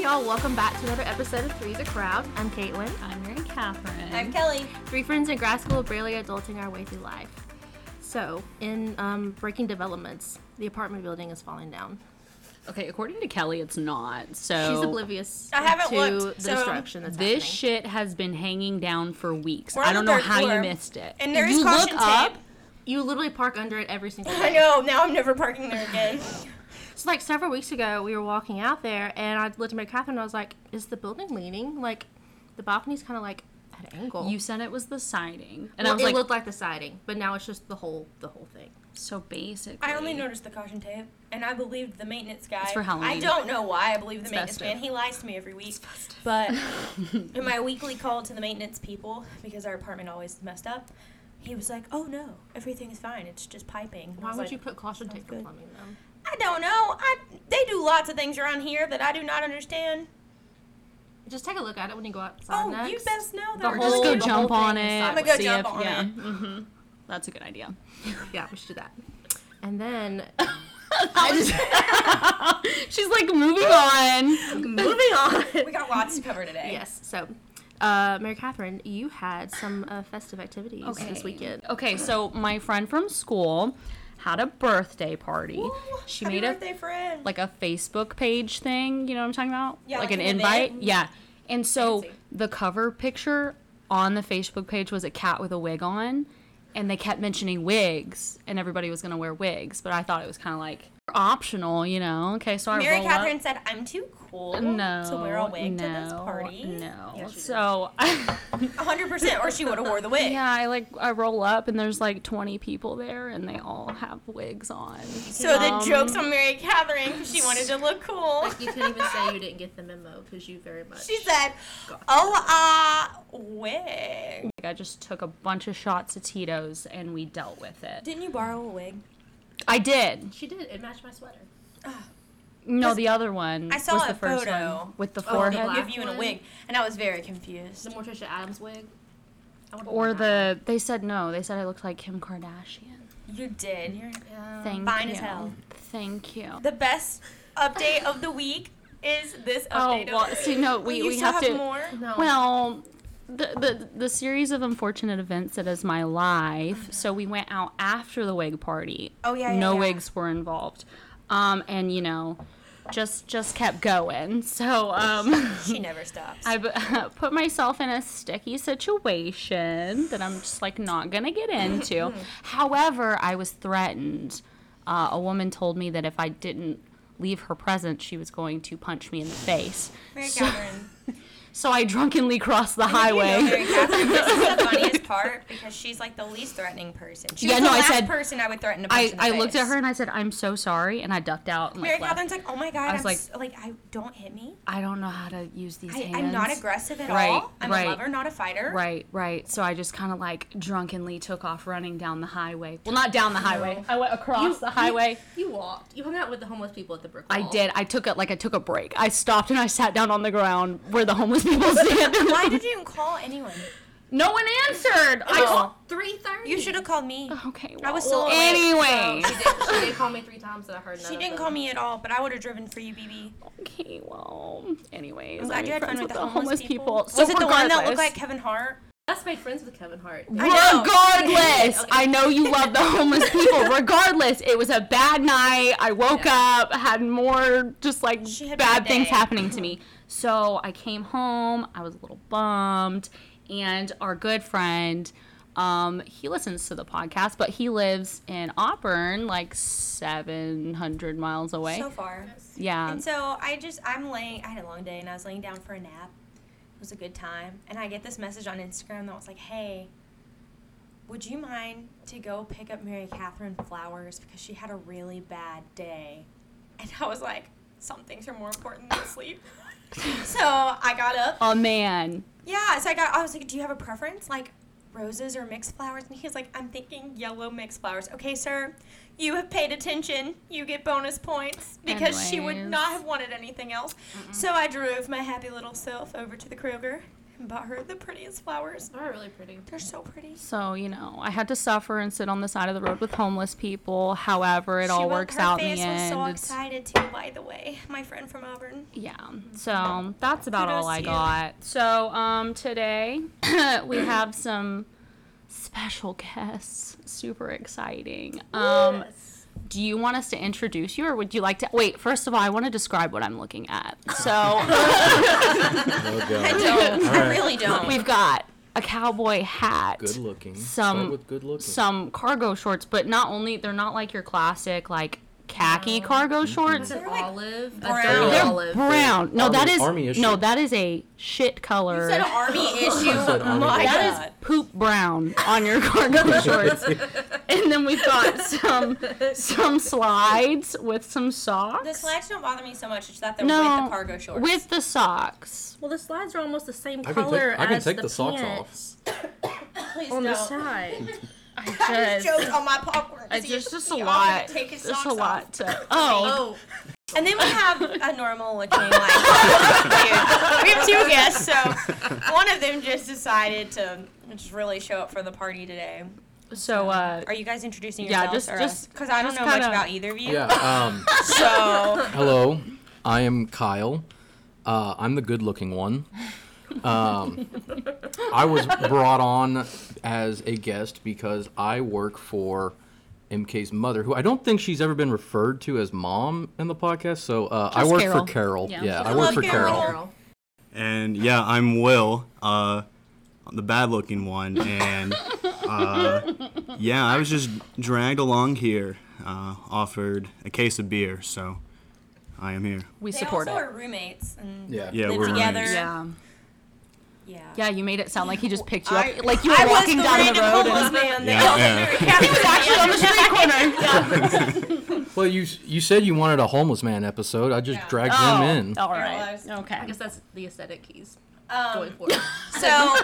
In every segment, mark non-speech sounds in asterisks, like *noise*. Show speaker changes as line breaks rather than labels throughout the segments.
y'all. Welcome back to another episode of Three's a Crowd. I'm Caitlin.
I'm Mary Catherine.
I'm Kelly.
Three friends in grad school barely adulting our way through life. So, in um, breaking developments, the apartment building is falling down.
okay, according to Kelly, it's not. So
She's oblivious
I haven't
to
looked,
the
so
destruction that's happening.
This shit has been hanging down for weeks.
We're on
I don't
the
know
third
how
floor.
you missed it.
And
If
there is
you
caution
look
tape.
up.
you literally park under it every single day.
I know. Now I'm never parking there again. *laughs*
So like several weeks ago, we were walking out there, and I looked at my Catherine, and I was like, "Is the building leaning? Like, the balcony's kind of like at an angle."
You said it was the siding, and
Well,
I was
it
like,
looked like the siding, but now it's just the whole the whole thing.
so basic.
I only noticed the caution tape, and I believed the maintenance guy.
It's for Halloween.
I don't know why I believe the
It's
maintenance
festive.
man. He lies to me every week.
*laughs*
But in my weekly call to the maintenance people, because our apartment always messed up, he was like, "Oh no, everything is fine. It's just piping." And I
Why
was
would
like,
you put caution tape for
good.
plumbing though?
I don't know. I they do lots of things around here that I do not understand.
Just take a look at it when you go outside
Oh,
next.
you best know
The
that.
Or
whole-
just go
the whole
jump
thing
on
is
it.
sideways.
I'm gonna go
see
jump
if-
on
yeah.
it.
hmm That's a good
*laughs*
idea.
Yeah, we should do that. And then
*laughs* She's like moving on.
moving
*laughs*
on.
we got lots to cover today.
Yes. So, uh, Mary Catherine, you had some uh, festive activities this weekend.
Okay, so my friend from school had a birthday party.
Ooh,
she
happy
made a
birthday friend.
like a Facebook page thing. You know what I'm talking about?
Yeah,
like,
like
an
an
invite.
event. Mm-hmm.
Yeah. And so
Fancy.
the cover picture on the Facebook page was a cat with a wig on, and they kept mentioning wigs, and everybody was gonna wear wigs, but I thought it was kind of like optional, you know? Okay, so I
Mary
roll
Catherine
up.
said, "I'm too cool
No,
to wear a wig
no,
to this party."
No,
Yes, she did.
so *laughs*
hundred percent, or she would have wore the wig.
yeah, I like I roll up and there's like 20 people there and they all have wigs on.
So
Um,
the jokes on Mary Catherine 'cause she wanted to look
*laughs*
cool.
You couldn't even say you didn't get the memo because you very much.
She said, "Oh, ah, wig."
Like I just took a bunch of shots of Tito's and we dealt with it.
Didn't you borrow a wig?
I did.
She did. It matched my sweater.
No, the other one.
I saw
was
a
the first
photo.
one with the
Oh,
forehead
they
black
give you in a
one?
wig, and I was very confused.
The Morticia Adams wig. I would've
or
worn that
the they said no. They said I looked like Kim Kardashian.
You did. You're
one.
Thank
Oh, fine
you.
as hell.
Thank you.
the best update of the week. Is this
Oh
update? of
well, *laughs*
the
see,
week.
no,
Will
we,
you
we
still
have,
have,
to.
more.
No.
Well, the, the the series of unfortunate events that is my life. So we went out after the wig party.
Oh, yeah, yeah,
no
yeah.
wigs were involved. Um, and you know, just just kept going. So um. *laughs*
She never stops.
I b- *laughs* put myself in a sticky situation that I'm just like not gonna get
Mm-hmm.
into. However, I was threatened. Uh, a woman told me that if I didn't leave her presence, she was going to punch me in the face.
Mary
*laughs* So,
Catherine.
so I drunkenly crossed the
You know
highway.
Mary Catherine, this
*laughs*
is the funniest part because she's like the least threatening person. She
Yeah,
was
no,
the
I
last
said-
person I would threaten to
*laughs*
punch
I,
in the
I looked at
face.
her and I said, "I'm so sorry," and I ducked out. And,
Mary
like, left.
Catherine's like, oh my god,
I was
I'm
like-
like, like I don't hit me.
I don't know how to use these
I,
hands.
I'm not aggressive at
Right,
all. I'm
right.
a lover, not a fighter.
Right, right. So I just kind of like drunkenly took off running down the highway. Well, not down the highway. I went across the highway.
You, walked. You hung out with the homeless people at the brick.
I
Oh.
wall.
did. I took it like I took a break. I stopped and I sat down on the ground where the homeless people stand.
*laughs* Why did you call anyone?
no one answered? I
Oh. Three thirty. Oh,
You should have called me.
okay.
I was
well,
still awake, Oh.
anyway.
She did, she did call me three times, and I heard.
She didn't call me at all, but I would have driven for you, BB.
okay. Well. Anyways, I'm
glad you had fun
friends
with
with
the homeless people.
people. So
Was it the one that looked
regardless-
like Kevin Hart?
That's made friends with Kevin Hart.
I know.
Regardless, I know you love the homeless
*laughs*
people. Regardless, it was a bad night. I woke up, had more just like
She had a
bad
bad
things
day. Mm-hmm.
happening to me. So I came home. I was a little bummed, and our good friend, um, he listens to the podcast, but he lives in Auburn, like seven hundred miles away.
So far.
yeah,
And so I just, I'm laying, I had a long day and I was laying down for a nap. It was a good time. And I get this message on Instagram that was like, hey, would you mind to go pick up Mary Catherine flowers because she had a really bad day? And I was like, some things are more important than sleep. *laughs* so I got up.
a man.
Yeah, so I got. I was like, "Do you have a preference, like roses or mixed flowers?" And he was like, "I'm thinking yellow mixed flowers." Okay, sir, you have paid attention. You get bonus points because she would
Anyways.
not have wanted anything else. So I drove my happy little self over to the Kroger, and bought her the prettiest flowers.
They are really pretty.
They're so pretty.
So, you know, I had to suffer and sit on the side of the road with homeless people. However, it
She
all
went-
works
her
out in
face
the end.
was so
It's-
excited too, by the way. My friend from Auburn.
Yeah. So that's about all
Kudos
I
to you.
got. So um, today *coughs* we have some special guests. Super exciting. Um, Do you want us to introduce you, or would you like to? Wait. First of all, I want to describe what I'm looking at.
*laughs*
So
*laughs* No
I
doubt.
don't.
All
I
right.
really don't.
we've got a cowboy hat.
Good looking. Start
Some-
with good looking.
some cargo shorts, but not only they're not like your classic like khaki
No.
cargo shorts.
It's an
They're, like,
olive.
brown.
A dirty
They're
olive.
Brown. No,
Army-
that is
army issue.
no, that is a shit color.
You
*laughs*
said army issue.
said army
My
issue.
God.
poop brown on your cargo shorts. and then we've got
*laughs*
some some slides with some socks.
the slides don't bother me so much. It's that they're with
No,
the cargo shorts.
With the socks.
Well, the slides are almost the same
I can
color
take, I can
as
take
the,
the, socks
pants
off.
Please
on the
don't.
side.
I just choked on my popcorn.
It's
See,
just, just a
he offered
lot.
to Take his
Just
socks
a
Off.
lot.
*laughs*
To,
Oh,
oh,
And then
*laughs*
we have a normal looking like dude. We have two
*laughs*
guests, so one of them just decided to just really show up for the party today.
so uh,
Are you guys introducing
Yeah,
yourselves
just-
or
just-
Because I don't
just
know much
kinda-
about either of you.
Yeah. Um,
*laughs*
So
hello, I am Kyle. Uh, I'm the good looking one. Um, I was brought on as a guest because I work for MK's mother, who I don't think she's ever been referred to as mom in the podcast. So uh, I
Just
work
Carol.
for Carol.
Yeah.
Yeah, I
Hello,
work for
Carol.
Carol.
girl.
And yeah, I'm Will, uh, the bad looking one. And uh, yeah, I was just dragged along here, uh, offered a case of beer, so I am here.
we
they
support
also
it.
are roommates and
Yeah.
Yeah,
live
we're
together.
roommates.
Yeah.
Yeah.
Yeah, you made it sound like he just picked you
I-
up. Like you were
I was
walking
the
down the *laughs*
random
road.
homeless
And,
man.
Yeah,
that He
yeah.
*laughs*
was actually on the *laughs* street corner.
Well, you you said you wanted a homeless man episode. I just
Yeah.
dragged
oh,
him in.
all right.
Realized.
I
Okay.
guess that's the aesthetic he's
Um,
going for.
So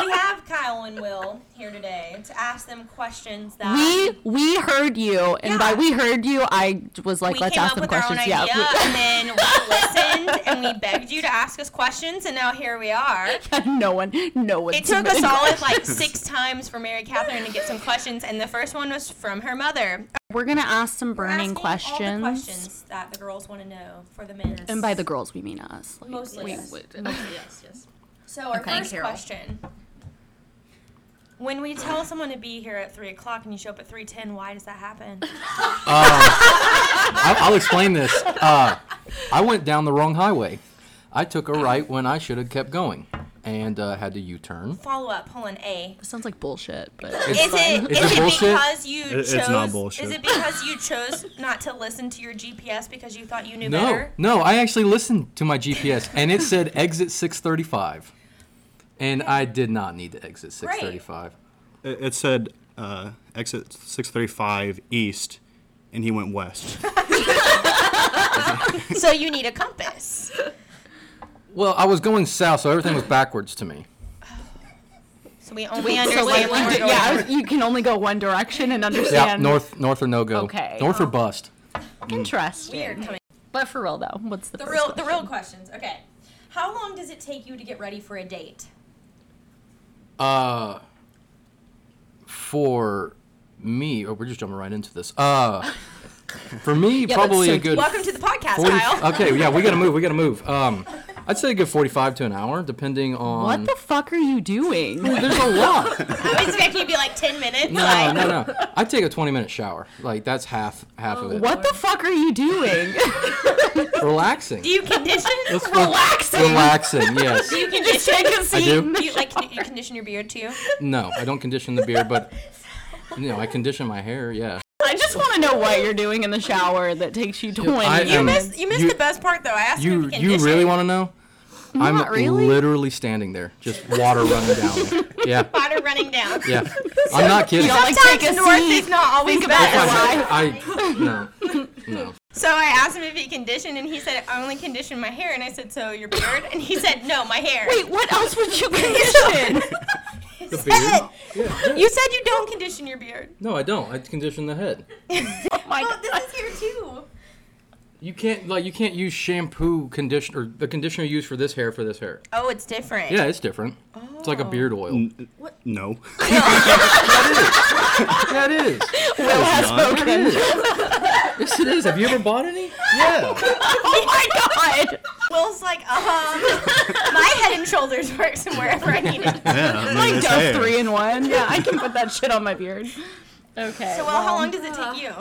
we have Kyle and Will here today to ask them questions that
We we heard you, and by
Yeah.
we heard you, I was like,
we
let's
came
ask
up
them
with
questions.
our own
yeah.
idea,
we-
and then we listened and we begged you to ask us questions, and now here we
*laughs*
are.
*laughs* no one, no one.
It took a
submitted
solid
questions.
like six times for Mary Catherine to get some questions, and the first one was from her mother.
We're gonna ask some
We're
burning
asking
questions.
All the questions that the girls want to know for the men.
And by the girls, we mean us. Like,
Mostly
we
us.
would-
yes, yes.
so our
Okay.
first
Carol.
question: When we tell someone to be here at three o'clock and you show up at three ten, why does that happen?
I'll, I'll explain this. Uh, I went down the wrong highway. I took a right when I should have kept going, and uh, had to U-turn.
Follow up, hold on. A.
This sounds like bullshit, but
*laughs*
*laughs*
Is it,
Is
is
it
it
bullshit?
because you
It-
chose?
it's not bullshit.
Is it because you chose not to listen to your GPS because you thought you knew
No,
better?
no. I actually listened to my GPS, and it said exit 635, and I did not need to exit 635.
It, it said uh, exit 635 east, and he went west.
So you need a compass.
Well, I was going south, so everything was backwards to me.
So we only
so like,
understand where
you,
we're
d-
going.
yeah, I was- you can only go one direction and
Yeah,
understand.
north, north or no go.
Okay.
North or bust.
Interesting.
Weird coming.
But for real though, what's the,
The
first
real,
question?
the real questions. Okay, how long does it take you to get ready for a date?
Uh, for me, oh, we're just jumping right into this. Uh, for me,
Yeah,
probably
let's
a
take-
good.
Welcome to the podcast,
40
Kyle.
Okay, yeah, we gotta move. We gotta move. Um, I'd say a good forty-five to an hour, depending on.
What the fuck are you doing?
There's *laughs* a lot.
I was expecting you to be like ten minutes.
No,
like,
Oh, no, no. I take a twenty-minute shower. Like that's half half of
*laughs*
it.
what the fuck are you doing?
*laughs*
Relaxing.
Do you condition?
It's re-
Relaxing.
*laughs*
Relaxing. Yes.
Do you
You just
condition?
take a seat.
do.
in the
Do you like con- you condition your beard too?
No, I don't condition the beard, but you know I condition my hair. Yeah.
I just want to know what you're doing in the shower that takes you 20
I
minutes.
am-
You missed you missed
you-
the best part though. I asked him
You
if he
you
conditioned.
really want to know? I'm
Not really.
literally standing there, just water running down. Yeah.
water running down.
Yeah. I'm not kidding.
don't like-
Sometimes
take a
north
seat.
is not always
Think about
best.
your life.
I, I no no.
So I asked him if he conditioned, and he said, I only conditioned my hair. And I said, So your beard? And he said, No, my hair. *laughs*
Wait, what else would you condition?
The beard?
You said you don't condition your beard. Oh,
No, I don't. I condition the head.
My
this is here too.
You can't like you can't use shampoo, conditioner, the conditioner used for this hair for this hair.
Oh, it's different.
Yeah, it's different. It's like a beard oil. *laughs*
No.
That is. That is. Yes, it is. Have you ever bought any? *laughs* Yeah.
Oh
Will's like, um, *laughs* my head and shoulders works and *laughs* wherever I need it.
Yeah, I mean,
Like
it's
Dove
hair.
three in one. Yeah, I can put that shit on my beard. Okay.
So, Will, how long does it take you?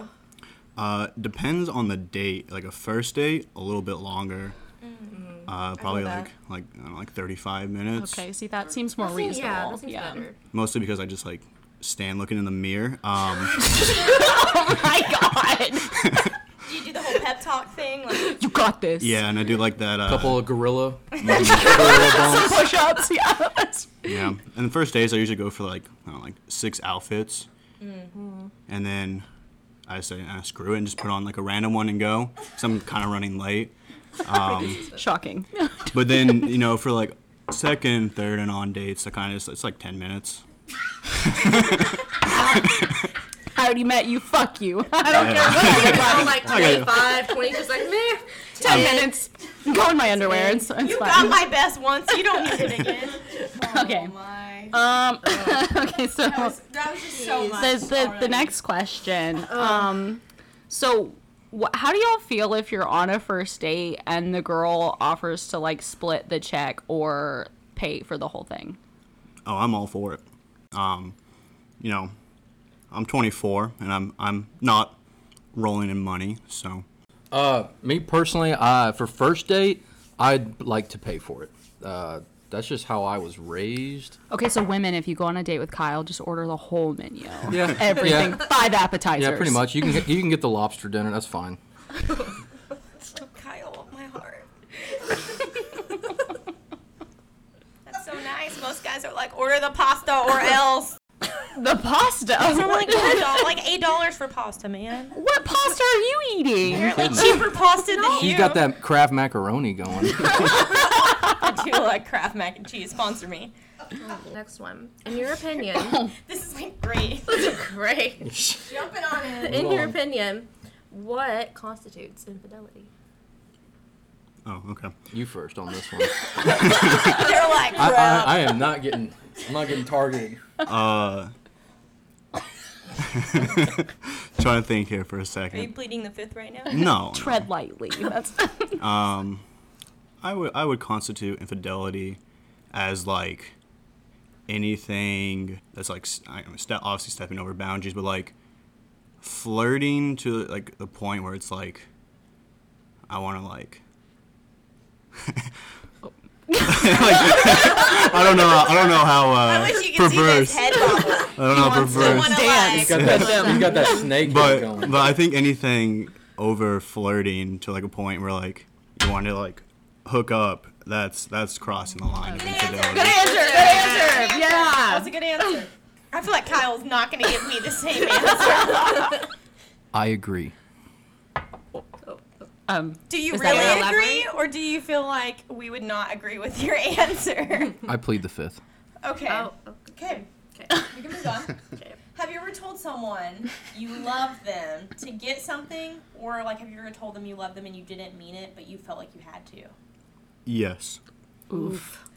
Uh, depends on the date. Like a first date, a little bit longer. Uh, probably
that.
like like I don't know, like 35 minutes.
Okay. See, that seems more
See,
reasonable.
yeah, that seems better.
Mostly because I just like stand looking in the mirror. Um,
*laughs* My God.
Do you do the whole pep talk thing? Like,
You got this.
yeah, and I do like that. Uh,
Couple of gorilla. gorilla bumps.
Push ups. Yeah.
*laughs* Yeah. And the first days, I usually go for like I don't know, like six outfits, and then I say ah, screw it and just put on like a random one and go. Cause I'm kind of running late.
*laughs* Shocking.
But then you know for like second, third, and on dates, I kind of just it's like 10 minutes.
I already met you. Fuck you. *laughs* I don't
Yeah.
I'm like
Okay.
25, 20, just like meh.
ten minutes. Go in my underwear. It's, it's
you got
fine.
my best once. You don't need it again. *laughs* Uh,
okay.
My.
Um. okay. *laughs* So
That was Oh. just so much.
the, the, the next question. Um. So. wh- How do y'all feel if you're on a first date and the girl offers to like split the check or pay for the whole thing?
Oh, I'm all for it. Um, you know, I'm 24 and I'm I'm not rolling in money, so
Uh, me personally, uh, for first date, I'd like to pay for it. Uh, that's just how I was raised.
Okay, so women, if you go on a date with Kyle, just order the whole menu.
*laughs* Yeah,
Everything.
Yeah,
Five appetizers.
yeah pretty much. You can get, you can get the lobster dinner. That's fine.
Kyle, my heart. That's so nice. Most guys are like, order the pasta or else.
The pasta.
I'm
What,
like, "What, doll- like eight dollars for pasta, man.
*laughs* what pasta are you eating?
Apparently cheaper pasta than you.
He's got that Kraft macaroni going.
I *laughs* do like Kraft mac and cheese. Sponsor me.
Next one. In
*laughs*
your opinion,
This is like great.
great.
Jumping on it.
In your
on.
opinion, what constitutes infidelity?
oh okay.
you first
*laughs*
on this one.
They're like,
I, I, I am not getting I'm not getting targeted.
Uh, *laughs* trying to think here for a
Are you
second.
pleading the fifth right now?
No,
Tread lightly. That's
I would I would constitute infidelity as like anything that's like s- I'm ste- obviously stepping over boundaries, but like flirting to like the point where it's like I want to like. *laughs*
*laughs*
Like, *laughs* I don't know. I don't know how uh,
I wish you could
perverse.
see this head bobble.
I don't know how perverse.
wanna
dance.
like-
You got that, you got that snake
but
going.
but I think anything over flirting to like a point where like you want to like hook up that's that's crossing the line of infidelity.
answer. Good answer.
That
*laughs* Yeah.
was a good answer. I feel like Kyle's not going to give me the same answer.
I agree.
*laughs* Um,
Do you
Is that
really
gonna
agree, or do you feel like we would not agree with your *laughs* answer?
I plead the fifth.
Okay.
Oh,
Okay.
Okay.
We can
*laughs*
move on. Have you ever told someone you love them to get something, or like have you ever told them you love them and you didn't mean it, but you felt like you had to?
Yes.
oof.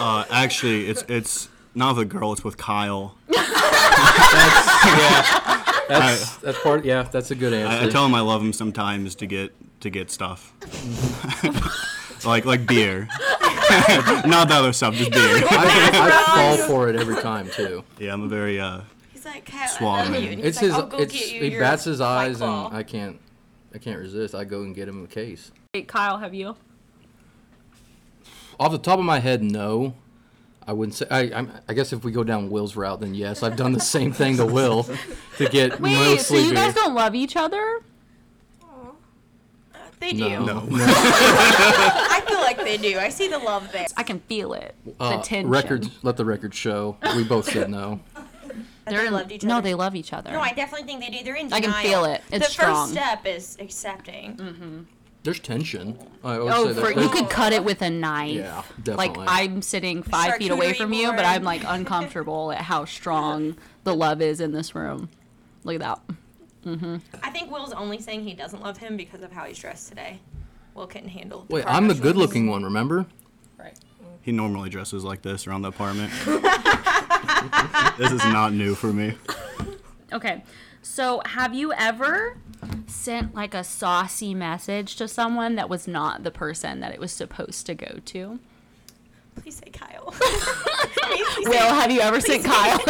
Uh, actually, it's it's not with a girl. It's with Kyle.
That's yeah. That's that's part yeah, that's a good
I, I
answer.
tell him I love him sometimes to get to get stuff. like like beer. *laughs* not the other stuff, just beer.
*laughs* I, I fall for it every time too.
Yeah, I'm a very uh.
He's like, Kyle, I
Swallow
love
it.
you. And he's
It's
like,
his
I'll go
it's
get you
he
your
bats his
White
eyes
Claw."
and I can't I can't resist. I go and get him a case.
Hey, Kyle, have you?
Off the top of my head, no. I wouldn't say. I, I'm, I guess if we go down Will's route, then yes, I've done the same thing to Will to get
Wait,
Will
so
sleepy.
you guys don't love each other?
They do.
no.
No.
I feel like they do. I see the love there.
I can feel it.
Uh,
the tension.
records. Let the record show. We both said
*laughs*
no.
They're in love each
No,
other.
they love each other.
No, I definitely think they do. They're in
I can
denial.
feel it.
the
It's strong. Mm.
first step is accepting.
There's tension. I always
Oh,
say that.
for, you
there's-
could cut it with a knife.
Yeah,
Like
definitely.
I'm sitting five feet away
Charcuterie
from you, but *laughs*
board.
I'm like uncomfortable at how strong the love is in this room. Look at that.
I think Will's only saying he doesn't love him because of how he's dressed today. Will couldn't handle.
Wait,
car
I'm the
wash
good
ones.
looking one, remember?
Right.
He normally dresses like this around the apartment. *laughs* this is not new for me.
Okay. So, have you ever sent like a saucy message to someone that was not the person that it was supposed to go to?
Please say Kyle. *laughs* Please say-
Will, have you ever *laughs* sent Kyle?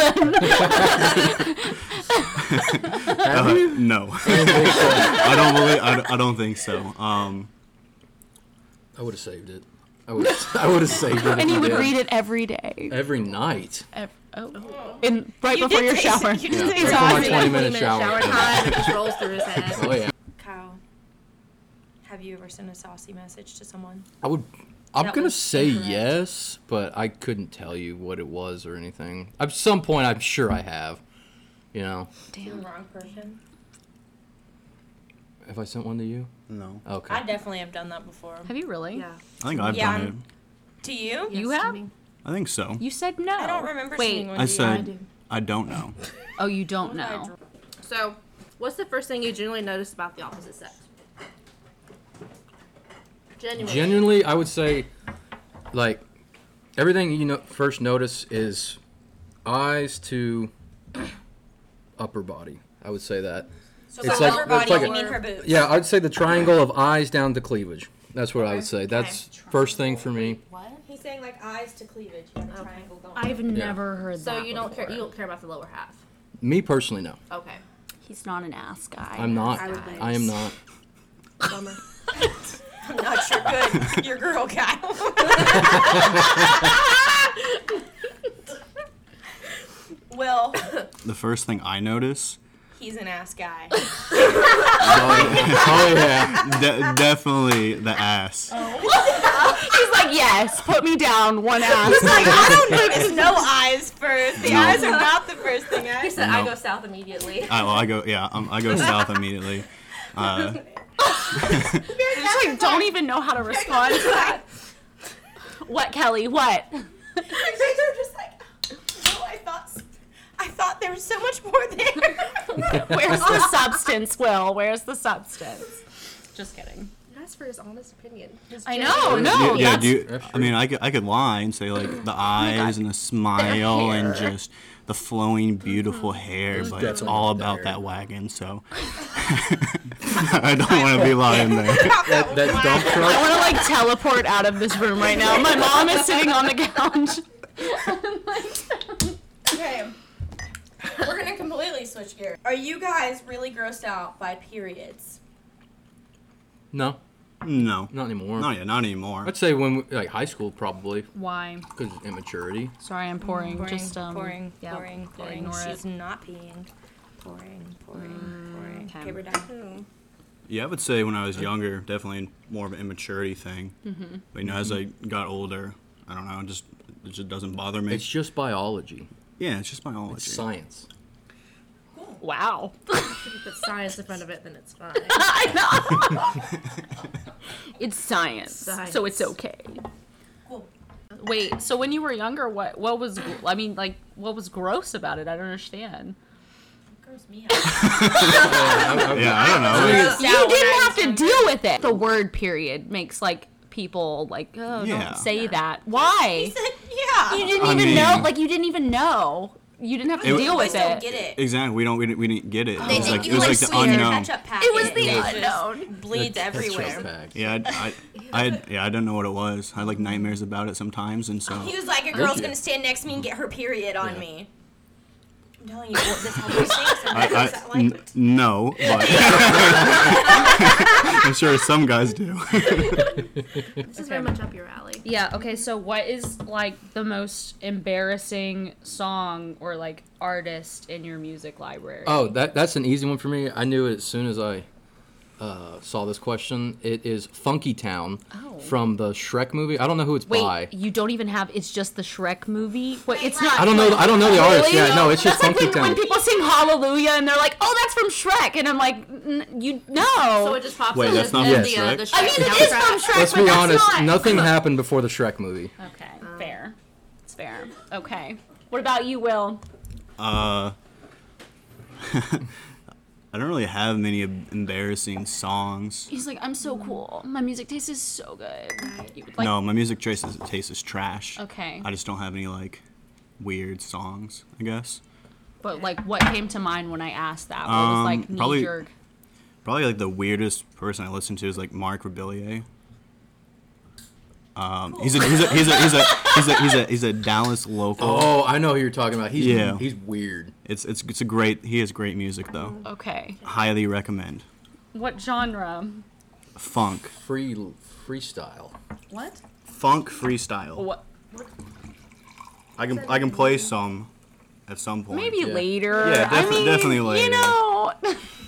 Uh, no, *laughs* I don't believe. I, don't- I don't think so. Um,
I would have saved it. I would I would have saved it. if
and
you
you would
did.
read it every day. *laughs*
every night.
Ev- oh. In, right
You
before
did
your
say-
*laughs* shower.
you did say
Right
Kyle.
before my
Like,
20 minute
20-minute
shower.
time. It just rolls
*laughs*
through his head.
Oh yeah.
Kyle, have you ever sent a saucy message to someone?
I would. I'm
That
gonna
was
say yes, but I couldn't tell you what it was or anything. At some point, I'm sure I have. You know,
To the wrong person?
have I sent one to you?
no,
Okay.
I definitely have done that before.
Have you really?
Yeah.
I think I've
Yeah,
done it.
I'm- To you?
You
Yes,
have?
Jimmy.
I think so.
You said no.
I don't remember
Wait.
seeing one.
I
to you.
said
do.
I don't know.
Oh, you don't
I
know.
dr-
So, what's the first thing you generally notice about the opposite sex? Genuinely.
Genuinely, I would say, like, everything you know, first notice is eyes to upper body. I would say that.
So
It's
by
like-
upper
it's
body,
like
you
a-
mean her boobs.
Yeah, I'd say the triangle of eyes down to cleavage. That's what I would say. That's first thing for me.
He's saying like eyes to cleavage. You have a triangle going.
I've never heard
So
that.
you don't care. You
before.
don't care about the lower half.
Me personally, no.
*laughs*
Okay.
He's not an ass guy.
I'm not.
would be.
I am not.
Bummer.
I'm not your *laughs* good, your girl, Kyle. Will,
The first thing I notice,
he's an ass guy. *laughs*
Oh yeah.
de- definitely the ass.
He's like, yes, put me down, *laughs* one ass.
Like I don't notice no eyes first. The eyes are not the first thing *laughs* I.
He said I
No.
go south immediately.
I, well, I go. Yeah, um,
*laughs*
I go south immediately. Uh,
He's like, don't even know how to respond to that. *laughs* What, Kelly? What?
They're just like, oh, I thought, I thought there was so much more
*laughs*
there.
Where's *laughs* the substance, Will? Where's the substance? Just kidding.
You asked for his honest opinion. His
I know, no.
Do- yeah,
Oh, that's-
do you,
That's
I mean I could, I could lie and say like the eyes and the smile and
hair.
just the flowing beautiful hair, but it's
definitely
all
the
about
hair.
that wagon. So *laughs* I don't want to be lying there. *laughs*
*laughs*
That, that dump
I
truck.
want to like teleport out of this room right now. My mom is sitting on the couch.
okay, we're gonna completely switch gears. Are you guys really grossed out by periods?
No,
No,
not anymore.
not yet, not anymore.
I'd say when we, like high school probably
Why?
because immaturity.
Sorry, I'm pouring. Just um,
pouring,
yeah,
pouring,
yeah,
pouring.
ignore it.
She's not peeing. Pouring, pouring, pouring.
Mm, okay.
Okay, we're done.
Yeah, I would say when I was younger, definitely more of an immaturity thing. But you know, as I got older, I don't know, it just it just doesn't bother me.
It's just biology.
yeah, it's just biology.
It's science.
Wow. *laughs*
Put science in front of it, then it's *laughs* fine.
It's science,
Science.
so it's okay.
Cool.
Wait, so when you were younger, what what was I mean, like what was gross about it? I don't understand.
Gross *laughs* me out.
yeah, I don't know.
*laughs* mean,
Grossed
you
out when
didn't
I
have
was
to
younger.
deal with it. The word period makes like people like oh
Yeah.
don't say that. Why?
yeah.
You didn't
I
even
mean-
know. Like you didn't even know. You didn't have to
It-
deal
Boys
with
don't
it.
get it.
Exactly, we don't we didn't, we didn't get it.
They
it
think
was like
you
it was
like,
like the
sweet or
unknown.
ketchup packet.
It was the
and it just
unknown.
Bleeds
That's
everywhere.
fact.
Yeah, I, I, I, yeah, I don't know what it was. I had like nightmares about it sometimes, and so
He was like, a girl's
you?
gonna stand next to me and get her period on
Yeah.
me. I'm telling you, well, this how
*laughs*
those things
I,
sometimes.
I-
that like-
n- no, but *laughs* I'm sure some guys do. *laughs*
This is very much up your alley.
Yeah, okay, so what is like the most embarrassing song or like artist in your music library?
Oh, that that's an easy one for me. I knew it as soon as I uh, saw this question. It is Funky Town
Oh.
from the Shrek movie. I don't know who it's
Wait,
by.
you don't even have it's just the Shrek movie? Wait, it's not
I don't know. I don't know the artist. Yeah, no, it's just
That's like
Funky
when, when
Town.
people sing Hallelujah and they're like, "Oh, that's from Shrek," and I'm like, N- "You no."
So it just pops
Wait,
up
that's
as
not
the,
from
the, uh,
Shrek?
the
I
Shrek
mean, it is
soundtrack.
from Shrek.
Let's
but
be
that's
honest.
Not. Oh.
Nothing happened before the Shrek movie.
Okay,
Um,
fair. It's fair. Okay. What about you, Will?
Uh, *laughs* I don't really have many em- embarrassing songs.
He's like, I'm so cool. My music taste is so good. You would like,
no, my music taste is, taste is trash.
Okay.
I just don't have any like weird songs. I guess
But like, what came to mind when I asked that? What
Um,
was like knee
probably-
jerk?
probably like the weirdest person I listen to is like Mark Rebillier. Um,
Oh.
he's a he's a he's a he's a he's a he's a, he's a Dallas local.
Oh, I know who you're talking about. He's
Yeah.
he's weird.
It's it's it's a great he has great music though.
Mm-hmm. Okay.
Highly recommend.
What genre?
Funk.
Free freestyle.
What?
Funk freestyle.
What?
I can I can play some at some point.
Maybe
Yeah.
later.
Yeah,
I
defi-
mean,
definitely
You
later.
know.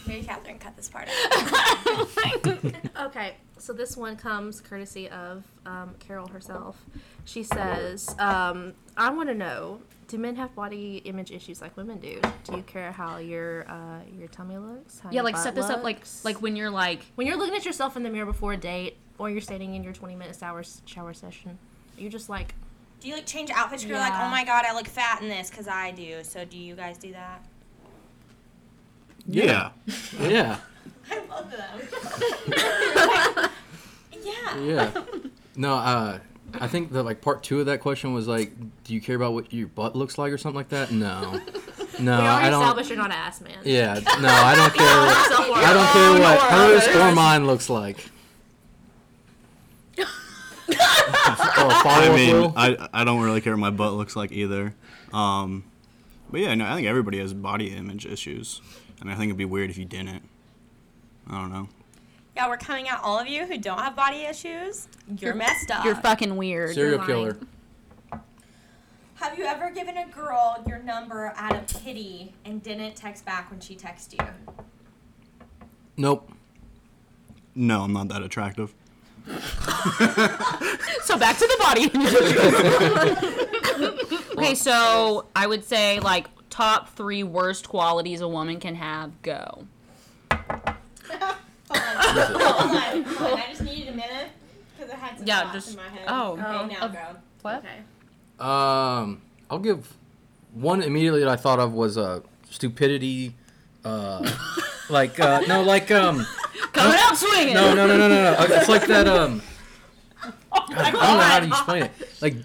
Mary Catherine, cut this part out.
Okay, so this one comes courtesy of um, Carol herself. She says, um, "I want to know: Do men have body image issues like women do? Do you care how your uh, your tummy looks? How
yeah,
your
like
butt
set this up like
looks?
like when you're like
when you're looking at yourself in the mirror before a date, or you're standing in your 20 minute shower shower session, you're just like,
Do you like change outfits? 'cause You're like,
Yeah.
oh my god, I look fat in this because I do. So do you guys do that?
Yeah.
Yeah,
I love them. *laughs* yeah.
yeah. No, uh, I think that like part two of that question was like, do you care about what your butt looks like or something like that?
*laughs*
No, no,
we already
I don't.
established you're not an ass man.
Yeah, no,
*laughs*
I don't
*laughs*
care. I
I
don't care what hers or mine looks like. oh, follow
I
up,
mean,
Will?
I, I don't really care what my butt looks like either. Um, but yeah, no, I think everybody has body image issues. I mean, I think it'd be weird if you didn't. I don't know.
Yeah, we're coming out all of you who don't have body issues. You're, messed up.
you're fucking weird.
serial
lying.
killer.
have you ever given a girl your number out of pity and didn't text back when she texted you?
Nope.
No, I'm not that attractive.
*laughs* So back to the body.
*laughs*
okay, so I would say like top three worst qualities a woman can have. Go.
Oh *laughs* Hold on, hold on, I just needed a minute because I had some
Yeah,
thoughts
just-
in my head.
oh.
Oh,
okay, now
of-
go.
What?
Okay.
Um, I'll give one immediately that I thought of was uh, stupidity. Uh, like uh, no, like um,
Coming out swinging.
no, no, no, no, no, no. It's like that um. I don't know how to explain it. Like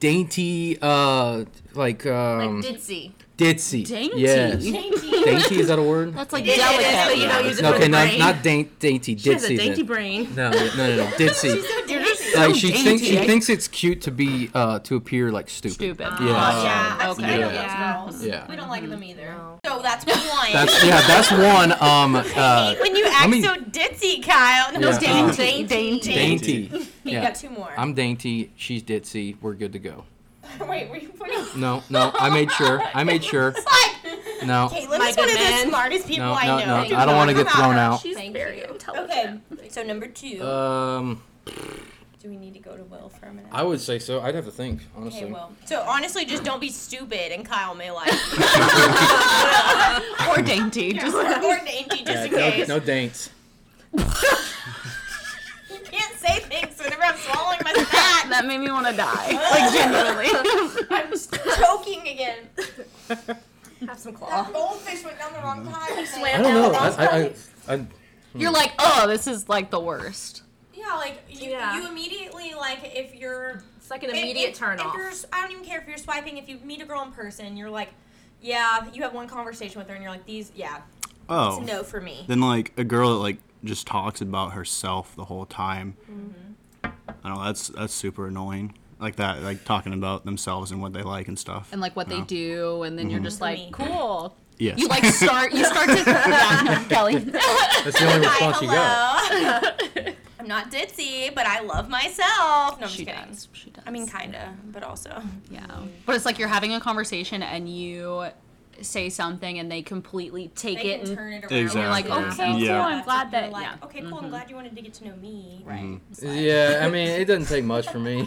dainty, uh, like um,
Ditzy.
ditzy.
Dainty. *laughs*
Yes. Dainty is that a word?
That's like
It is, but
delicate.
Oh, you don't use it
No,
for
okay,
the
no,
brain. *laughs*
not daint, dainty,
she has
ditzy.
a dainty
then.
brain.
No, no, no, no, ditzy.
You're just
like she
dainty.
thinks she thinks it's cute to be uh to appear like stupid.
Stupid.
Yeah.
Oh, yeah, I've seen
Okay.
it with
Yeah.
those girls.
Yeah.
We don't like
Mm-hmm.
them either. So that's one.
That's yeah, that's one um uh
when you act
me-
so ditzy, Kyle. No,
Yeah.
dainty.
Dainty. Dainty.
dainty.
You
Yeah.
got two more.
I'm dainty, she's ditzy, we're good to go.
*laughs* Wait, were
*laughs*
you putting?
No, no, I made sure. I made sure. No.
Caitlin
My
is one of the
goodness.
smartest people
No,
I
no,
know.
no. I don't want to get thrown out.
She's
Thank
very
you.
intelligent.
Okay, so number two.
Um
Do we need to go to Will for a minute?
I would say so. I'd have to think,
okay,
honestly.
Will. So honestly, just don't be stupid, and Kyle may like.
*laughs*
you.
Or *laughs* dainty. Just
or dainty, just in
Yeah,
case.
no, no daints.
You can't say things whenever I'm swallowing my
*laughs*
*laughs*
snack.
that made me want to die. Like genuinely.
I'm just choking again.
Have some claw.
That goldfish went down the wrong pipe.
I don't know. I I, I, I
*laughs* You're like, oh, this is like the worst.
Yeah, like you,
Yeah.
you immediately like if you're
It's like an
if-
immediate
if-
turn
if
off.
you're s- I don't even care if you're swiping. If you meet a girl in person, you're like, yeah, you have one conversation with her, and you're like, these, yeah,
Oh.
it's a no for me.
Then like a girl that like just talks about herself the whole time.
Mm-hmm.
I don't know. That's that's super annoying. Like that, like talking about themselves and what they like and stuff.
And like what they do, and then you're just
me.
like, cool.
yes.
You like start. You start to. Yeah, no, *laughs* Kelly.
that's the only
Hi,
response you got.
hello. *laughs* I'm not ditzy, but I love myself. No, I'm
she
just kidding.
does. She does.
I mean, kinda, but also.
Yeah. But it's like you're having a conversation and you say something and they completely take
They
it
can
and
turn it around.
Exactly.
you're like,
Yeah.
okay, cool.
Yeah.
I'm glad that.
You're like,
yeah. Mm-hmm.
Okay, cool. I'm glad you wanted to get to know me.
Right.
Yeah, I mean, it doesn't take much for me.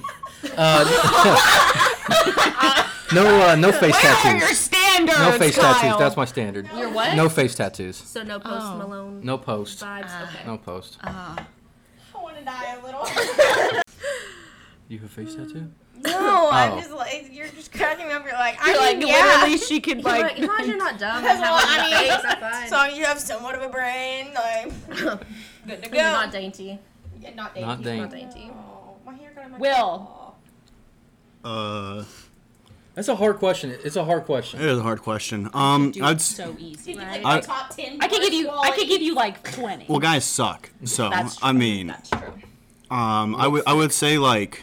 Uh, no, uh, no
Where
face
are your
tattoos.
standards,
No face
Kyle?
tattoos. That's my standard.
Your what?
No face tattoos.
So no post
Oh.
Malone
No post.
Ah. vibes. okay.
No post.
*laughs* I want to die a little.
You have a face tattoo?
No, I'm
Oh.
just like you're just cracking me up. You're like, I
You're like
mean, yeah.
literally, she could
Like,
like.
as *laughs* long as you're not dumb,
That's
and have
all
one
I
in your
need.
face, *laughs* that's fine.
So you have somewhat of a brain,
*laughs*
like good to go.
You're not dainty.
Yeah, not
Not
dainty.
Not
dang.
dainty.
Oh, my hair got on my
Will.
*laughs* Uh,
That's a hard question. It's a hard
it
question.
is a hard question. Um,
Do
I'd
it
s-
so easy.
Did you
Right?
think
I-
my top ten?
I could give you. I could
quality-
give you like twenty.
well, guys suck. So
That's
I
true.
mean,
That's true.
um, I would I would say like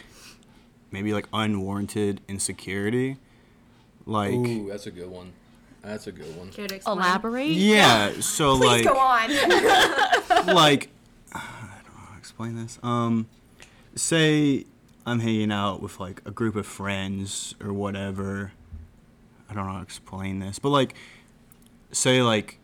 maybe like unwarranted insecurity, like
Ooh, that's a good one. That's a good one.
Care to explain?
Elaborate.
yeah.
*gasps*
So
Please
like
go
*laughs*
on.
like *sighs* I don't know how to explain this. Um, say I'm hanging out with like a group of friends or whatever. I don't know how to explain this, but like, say like,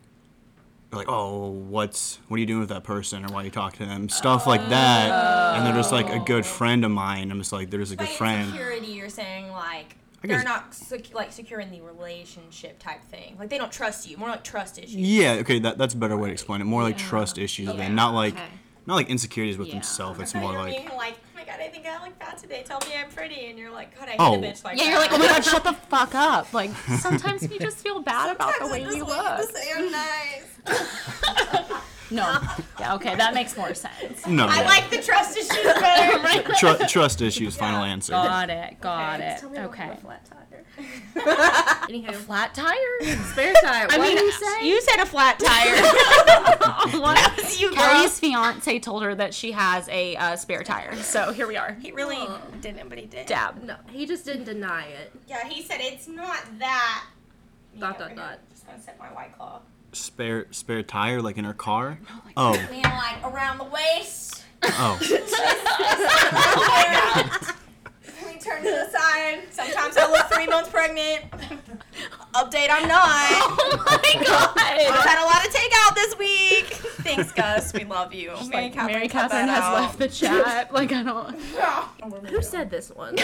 like oh, what's what are you doing with that person or why you talk to them, stuff like that, and they're just like a good friend of mine. I'm just like they're just a
By
good friend.
insecurity, you're saying like
I
they're
guess-
not sec- like secure in the relationship type thing. Like they don't trust you. More like trust issues.
Yeah, okay, that, that's a better way to explain it. More like trust issues
Yeah,
than not like
okay.
not like insecurities with
Yeah.
themselves. It's
Or
more
you're
like
being like, oh my god, I think I look fat today. Tell me I'm pretty, and you're like, God, I hate
Oh.
a bitch like
Yeah,
that.
you're like, oh my god, shut the fuck up. Like sometimes we just feel bad about "Oh, the
Sometimes I
way
just
we
want you
look.
to say I'm nice.
*laughs*
No. Yeah, okay, that makes more
*laughs*
sense.
no.
I like the trust issues better.
Tru- trust issues. Final answer.
Got it, got
Okay,
it. Okay.
Flat tire.
Anywho. Flat tire?
*laughs* Spare tire.
I
What
mean,
did you say?
You said
*laughs*
a flat tire.
One of
you girl.
Kelly's fiance told her that she has a uh, spare tire, so here we are.
He really didn't, but he did.
Dab.
No, he just didn't deny it.
Yeah, he said it's not that.
Dot,
Yeah,
dot, dot.
Just gonna set my white claw.
Spare spare tire, like in her car. Oh,
Man, like around
*laughs*
the waist.
oh.
Oh
Let me turn to the side. Sometimes I look three months pregnant. Update, I'm not.
Oh *laughs* my
I've
god!
had a lot of takeout this week. Thanks, Gus. We love you. Mary
Like, Mary
cut
Catherine
that
has
out.
left the chat. Like I don't.
Who said this one? It,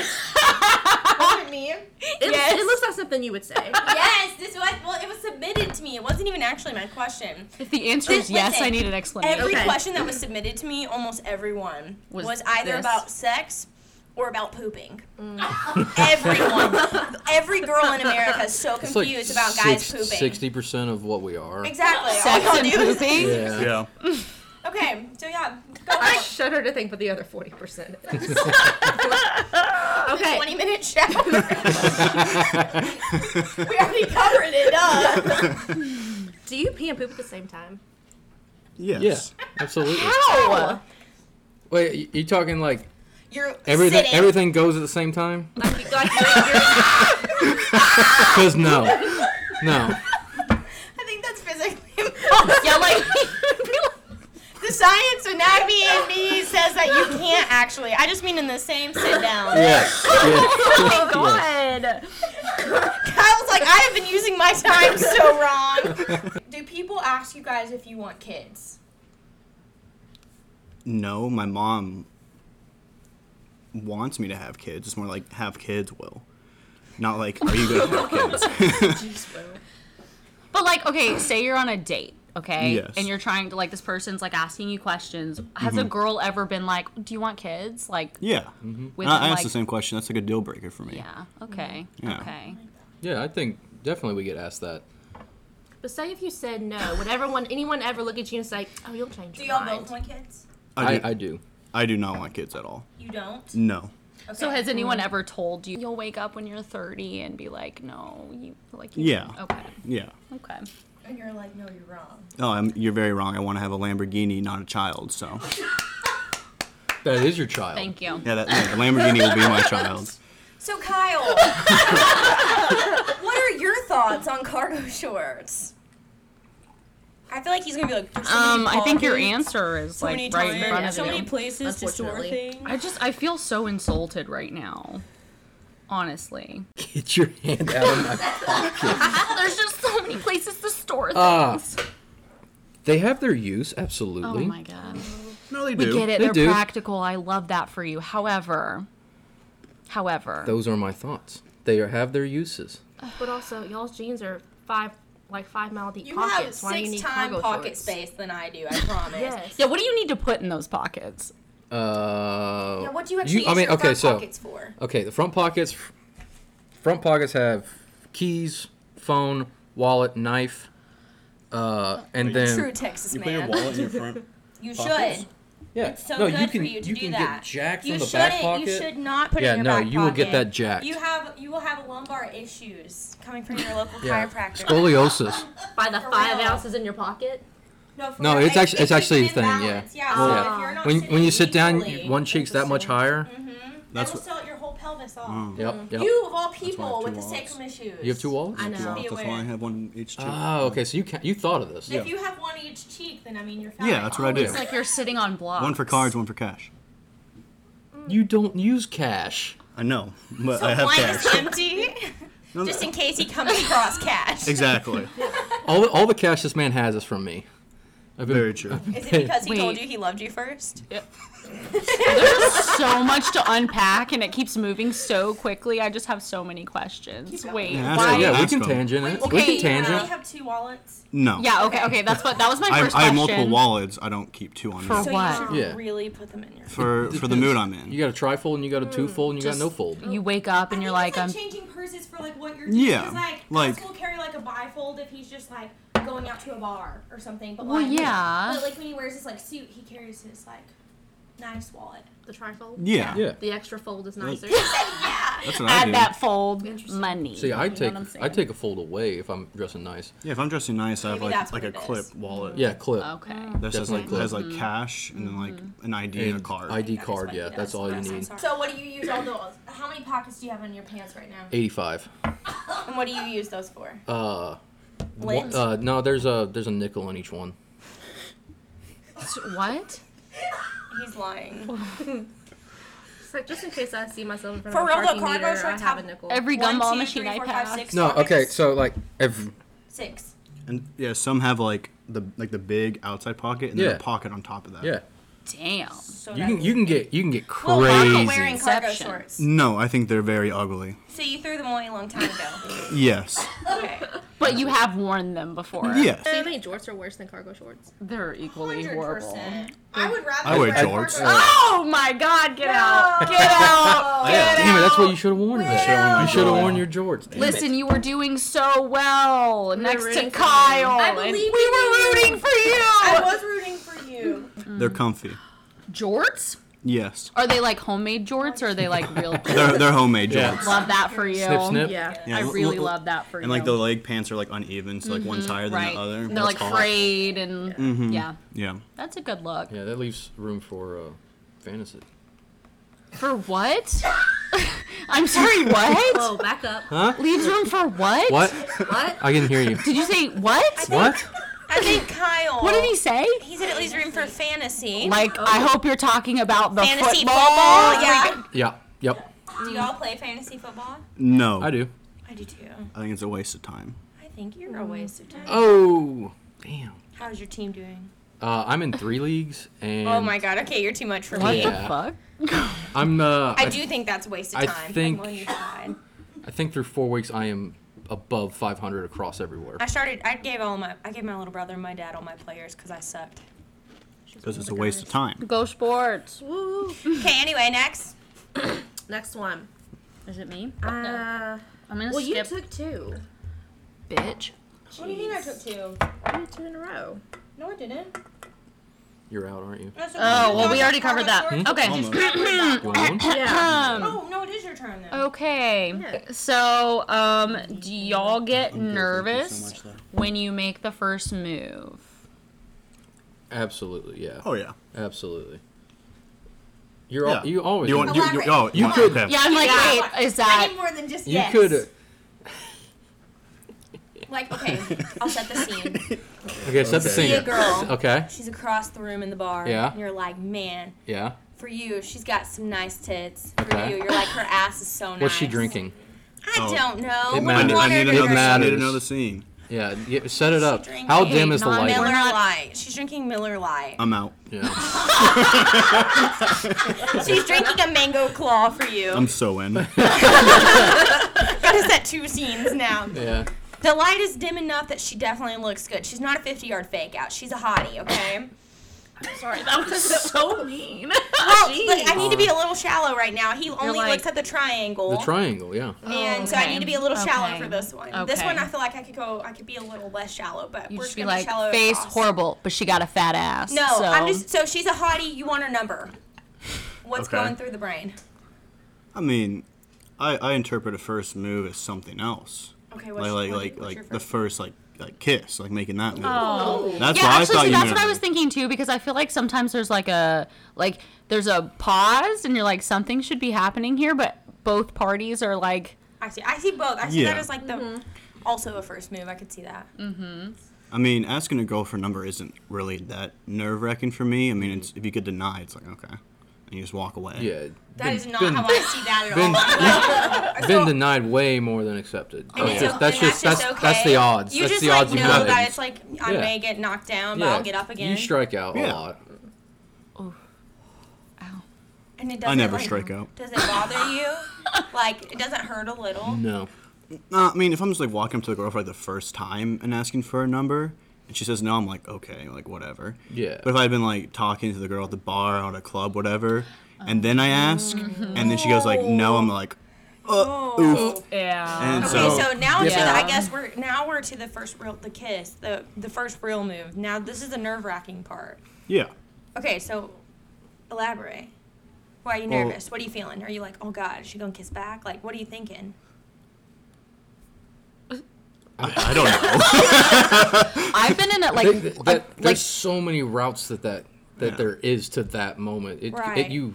Was it me?
Yes.
it looks like something you would *laughs* say.
Yes, this was. Well, it was submitted to me. It wasn't even actually my question.
If the answer is
Listen,
yes, I need an explanation.
Every
Okay.
question that was submitted to me, almost everyone,
Was
was, either
this.
about sex or about pooping. Mm. *laughs* Everyone, every girl in America is so
It's like
confused about guys pooping.
sixty percent of what we are.
Exactly. all
*laughs* Sex
y'all
and
do is-
pooping.
Yeah. *laughs*
Yeah.
Okay, so yeah, go
I
on.
shudder to think what the other 40%
*laughs*
is. okay.
Twenty minute shower. *laughs* we already covered it up.
Do you pee and poop at the same time?
*laughs* Yes.
Yes. Absolutely.
Ow!
Wait, you- you talking like
*laughs* You're
everything?
sitting.
Everything goes at the same time?
Like, you- like you're, you're,
Cause no, no.
I think that's *laughs* physically impossible.
Yeah, like
The science anatomy in me says that you can't actually. I just mean in the same sit down.
Yes.
oh
yes. yes.
my god.
Kyle's like, I have been using my time so wrong. Do people ask you guys if you want kids?
No, my mom wants me to have kids. It's more like have kids will. Not like are you gonna have kids?
But like, okay, say you're on a date, okay,
Yes. Mm-hmm.
and you're trying to like this person's like asking you questions. Has a girl ever been like, "Do you want kids?" Like,
yeah.
with
I, I asked
like,
the same question. That's like a deal breaker for me.
yeah, okay,
Yeah.
okay.
Yeah, I think definitely we get asked that.
but say if you said no, would everyone, anyone ever look at you and say, "Oh, you'll change
Do
your
y'all
mind"?
both want kids?
I
I,
do,
I do.
I do not want kids at all.
You don't?
No.
Okay.
So has anyone ever told you you'll wake up when you're 30 and be like, "No, you like you,
Yeah.
okay,
Yeah.
okay."
and you're like, no, you're wrong.
Oh, I'm, you're very wrong. I want to have a Lamborghini, not a child. So
That is your child.
Thank you.
yeah, that yeah, the Lamborghini will be my child.
So Kyle, what are your thoughts on cargo shorts? I feel like he's gonna be like. "There's so many
Um, I think your
closets,
answer is
So
like
many
right in front
times,
of
so
you.
many places to store
Unfortunately.
things.
I just I feel so insulted right now. Honestly.
Get your hand out of my *laughs* pocket.
There's just so many places to store things.
Ah. They have their use, absolutely.
oh my god.
No, they
We
do.
get it.
They
They're
do.
practical. I love that for you. However, however,
Those are my thoughts. They are, have their uses.
But also, y'all's jeans are five, like five mile deep
You have
pockets. Why do you
six
need
time
cargo
pocket
shorts?
*laughs*
space than I do. I promise.
Yes.
yeah. What do you need to put in those pockets?
Uh,
Now, what What do you actually
You-
use
I mean,
your
okay,
front
so-
pockets for?
Okay, the front pockets. Front pockets have keys, phone, wallet, knife, uh, and then
True Texas
You put your
man.
wallet in your front.
you
pockets?
should.
yeah,
It's so good for you to do that.
get jacked
you
from the
shouldn't.
back pocket.
You should not put
Yeah,
it in your
no,
back
you will get
pocket.
that jacked.
You have you will have lumbar issues coming from your local
yeah,
chiropractor.
scoliosis.
By the five
real.
ounces in your pocket.
No, for
No,
real,
it's
it-
actually-
it
it's
keeps
actually
it
a thing,
in
yeah.
balance. Yeah, so
Yeah.
if you're not
When when you sit down,
equally,
you- one cheek's that much higher.
Mm-hmm.
That's
That's
that will
what-
sell your whole pelvis off.
Mm,
Yep, yep.
You of all
why I
people
have
with
two
the
wallets.
sacrum issues.
Mm-hmm. You have two walls.
I know.
Be
That's why I
aware.
have one each cheek.
Oh, okay. So you can, you thought of this.
If
Yeah.
you have one each cheek, then I mean you're fine.
Yeah, that's what I do.
It's like you're sitting on blocks.
One for cards, one for cash.
You don't use cash.
I know, but
So
I have
one
*laughs*
cash.
is
*laughs*
empty, *laughs*
No,
just
no.
in case he comes across cash.
Exactly.
All the, all the cash this man has is from me. I've been-
Very true.
Is it because he told
Wait.
you he loved you first?
There's so much to unpack, and it keeps moving so quickly. I just have so many questions. Wait,
Yeah,
why?
So, yeah, we
Ask
can
him.
tangent it.
Okay,
we
yeah.
can
Do you
tangent.
really have two wallets?
No.
Yeah, okay, okay. That's what that was my
I,
first
I have
question.
multiple wallets. I don't keep two on
For
me.
So
what?
you should
Yeah.
really put them in your.
For for the mood I'm in.
You got a trifold and you
Mm,
got a twofold and you got
*laughs*
no fold.
You wake up
I
and you're
think
like, um,
it's
I'm.
changing purses for like what you're doing. 'cause,
Yeah,
like,
like-
Gus will carry like a bifold if he's just like going out to a bar or something. But
Well,
like,
yeah.
But like when he wears his like suit, he carries his like nice wallet.
The trifold.
Yeah.
Yeah.
The extra fold is nicer.
That's what I do.
Add that fold
Interesting.
money.
See, I take
I'm saying?
I take a fold away if I'm dressing nice.
Yeah, if I'm dressing nice, I have
Maybe
like
that's
like
what
a
it
clip
is.
wallet.
Yeah, clip.
Oh.
Okay.
Mm.
That says like
Definitely.
has like cash and then like
Mm-hmm.
an ID and a
And
card.
ID
That is
card,
what
yeah,
he
that's
does.
all you
I'm
need.
sorry. So what do you use all those? How many pockets do you have in your pants right now?
85.
And what do you use those for?
Uh,
Lint?
one- uh, no, there's a there's a nickel in each one.
S- What?
He's lying.
It's like just in case I see myself in front
For
of a
real,
parking
the car
meter,
goes
I
on
have
top-
a nickel.
Every
One,
gumball
two,
machine
three,
I
four,
pass.
five, six
No,
pockets?
okay, so like every
Six.
And yeah, some have like the like the big outside pocket and
Yeah.
then a pocket on top of that.
yeah,
Damn.
So
you can you can get you can get
Well, I'm not
crazy.
wearing cargo
Inception.
shorts.
No, I think they're very ugly.
So you threw them away a long time *laughs* ago.
*laughs*
Yes.
okay.
But you have worn them before.
Yes.
So you think jorts are worse than cargo shorts?
They're equally horrible.
100%. I would rather
I wear
a
jorts.
cargo-
Oh my god, get out. Get out. Get
Damn it,
out.
that's what you should have worn.
worn
Then.
my
You should have
jorts.
worn your jorts. damn it.
Listen, you were doing so well next
rooting
to
for
Kyle.
you. I
and
believe
we
in
were
you.
rooting for you.
I
*laughs*
was rooting for you.
They're comfy.
Jorts?
Yes.
*laughs* Are they like homemade jorts or are they like real *laughs* jorts?
They're they're homemade
Yeah.
jorts.
Love that for you.
snip snip.
Yeah.
Yeah,
I
l-
really
l-
love that for you.
And like the leg pants are like uneven, so like one's higher than
right.
the other.
They're like
hot.
frayed and yeah.
yeah.
That's a good look.
Yeah, that leaves room for uh, fantasy.
For what? *laughs* I'm sorry, what?
Whoa, Oh, back up.
Leaves room for what?
What?
What?
I
*laughs*
can hear you.
Did you say what?
What?
I think Kyle.
What did he say?
He said at least room for fantasy.
Like, I hope you're talking about the
fantasy
Oh. football.
football. Yeah.
Yeah. Yep.
Do y'all play fantasy football?
No.
I do.
I do too.
I think it's a waste of time.
I think you're a waste of time.
Oh, damn.
How's your team doing?
Uh, I'm in three leagues, and
Oh my god. Okay, you're too much for
What
me.
the
Yeah.
fuck?
I'm. Uh,
I do think that's a waste of
I
time. I'm
think-
on your side.
I think through four weeks, I am above 500 across everywhere.
I started. I gave all my. I gave my little brother and my dad all my players because I sucked.
Because it's a waste of time.
Go sports.
Woo.
Okay. Anyway, next.
Next one.
Is it me?
Uh,
I'm gonna
well, you
skip,
took two.
bitch.
What do you mean I took two?
You did two in a row.
No, I didn't.
You're out, aren't you?
Oh, well, we already covered that. Okay.
Almost.
Mm.
You want one?
Yeah.
Oh no, it is your turn then.
Okay.
Yeah.
So, um, do y'all get nervous
much, though.
when you make the first move?
Absolutely, yeah.
Oh yeah.
Absolutely. You're
yeah.
al- you always
you, want, you, you, oh, you
could-
okay.
Yeah, I'm like,
Yeah.
wait, *laughs* is
I
that
need more than just
you
yes.
could. uh,
Like, okay, I'll set the
*laughs*
scene.
Okay, set the
Okay.
scene.
See a girl.
Okay.
She's across the room in the bar.
Yeah.
And you're like, man,
Yeah.
for you, she's got some nice tits. For
Okay.
you, you're like, her ass is so nice.
What's she drinking?
I
Oh.
don't know. We
It matters.
I
want
need
her to drink
another. I need
matters.
another scene.
Yeah. yeah set it up.
drinking
How dim is the
non-milk.
light?
Miller
We're not-
Lite. She's drinking Miller Lite.
I'm out.
Yeah.
She's drinking a mango claw for you. *laughs*
I'm so
*laughs*
in.
Gotta set two scenes now.
Yeah.
The light is dim enough that she definitely looks good. She's not a 50 yard fake out. She's a hottie, okay?
so mean?
Well, like, Oh, I need to be a little little shallow right now. He only
like-
looks at the triangle.
The triangle, yeah.
and so I
Okay.
need to be a little shallow
Okay.
for this one. This
Okay.
one I feel like I could go. I could be a little less shallow, but
*laughs* You
we're
just
just
be
gonna
like,
shallow it
face
across.
horrible, but she got a fat ass.
No,
so.
I'm just. So she's a hottie. You want her number? What's
Okay.
going through the brain?
I mean, I, I interpret a first move as something else.
Okay, what's,
Like like
what-
like
what's
like
your
the first like like kiss, like making that move.
Oh.
That's
yeah,
what
actually,
I thought
see,
you
that's
meant.
what I was thinking too, because I feel like sometimes there's like a like there's a pause, and you're like something should be happening here, but both parties are like,
I see. I see both. I see that
Yeah.
as like the
Mm-hmm.
also a first move. I could see that.
I mean, asking a girl for a number isn't really that nerve wracking for me. I mean, it's, if you could deny, it's like okay, and you just walk away.
Yeah.
That is not
been,
how I see that at all. *laughs*
*laughs* been, been denied way more than accepted. Oh, That's
it's
just
o-
that's
and
just that's that's the odds.
You
that's
just
the
like
odds
know
you have.
that it's like I
Yeah.
may get knocked down, but
yeah.
I'll get up again.
You strike out
Yeah.
a lot.
and it
I
doesn't,
never
like,
strike out.
Does it bother
*laughs*
you? like it doesn't hurt a little?
No.
No, I mean, if I'm just like walking up to a girl for like the first time and asking for a number, and she says no, I'm like okay, like whatever.
Yeah.
But if I'd been like talking to the girl at the bar or at a club, whatever, and then I ask, and then she goes like no, I'm like, uh, oof.
yeah,
And
Oh. Okay,
so,
so now
Yeah.
to the- I guess we're now we're to the first real the kiss the the first real move. Now this is the nerve wracking part.
yeah,
Okay, so elaborate. Why are you
Well-
nervous? what are you feeling? Are you like, oh God, is she gonna kiss back? Like, what are you thinking?
I, I don't know.
I've been in it like
There- there-
a-
there's
like
so many routes that that, that
Yeah.
there is to that moment. It,
Right.
it you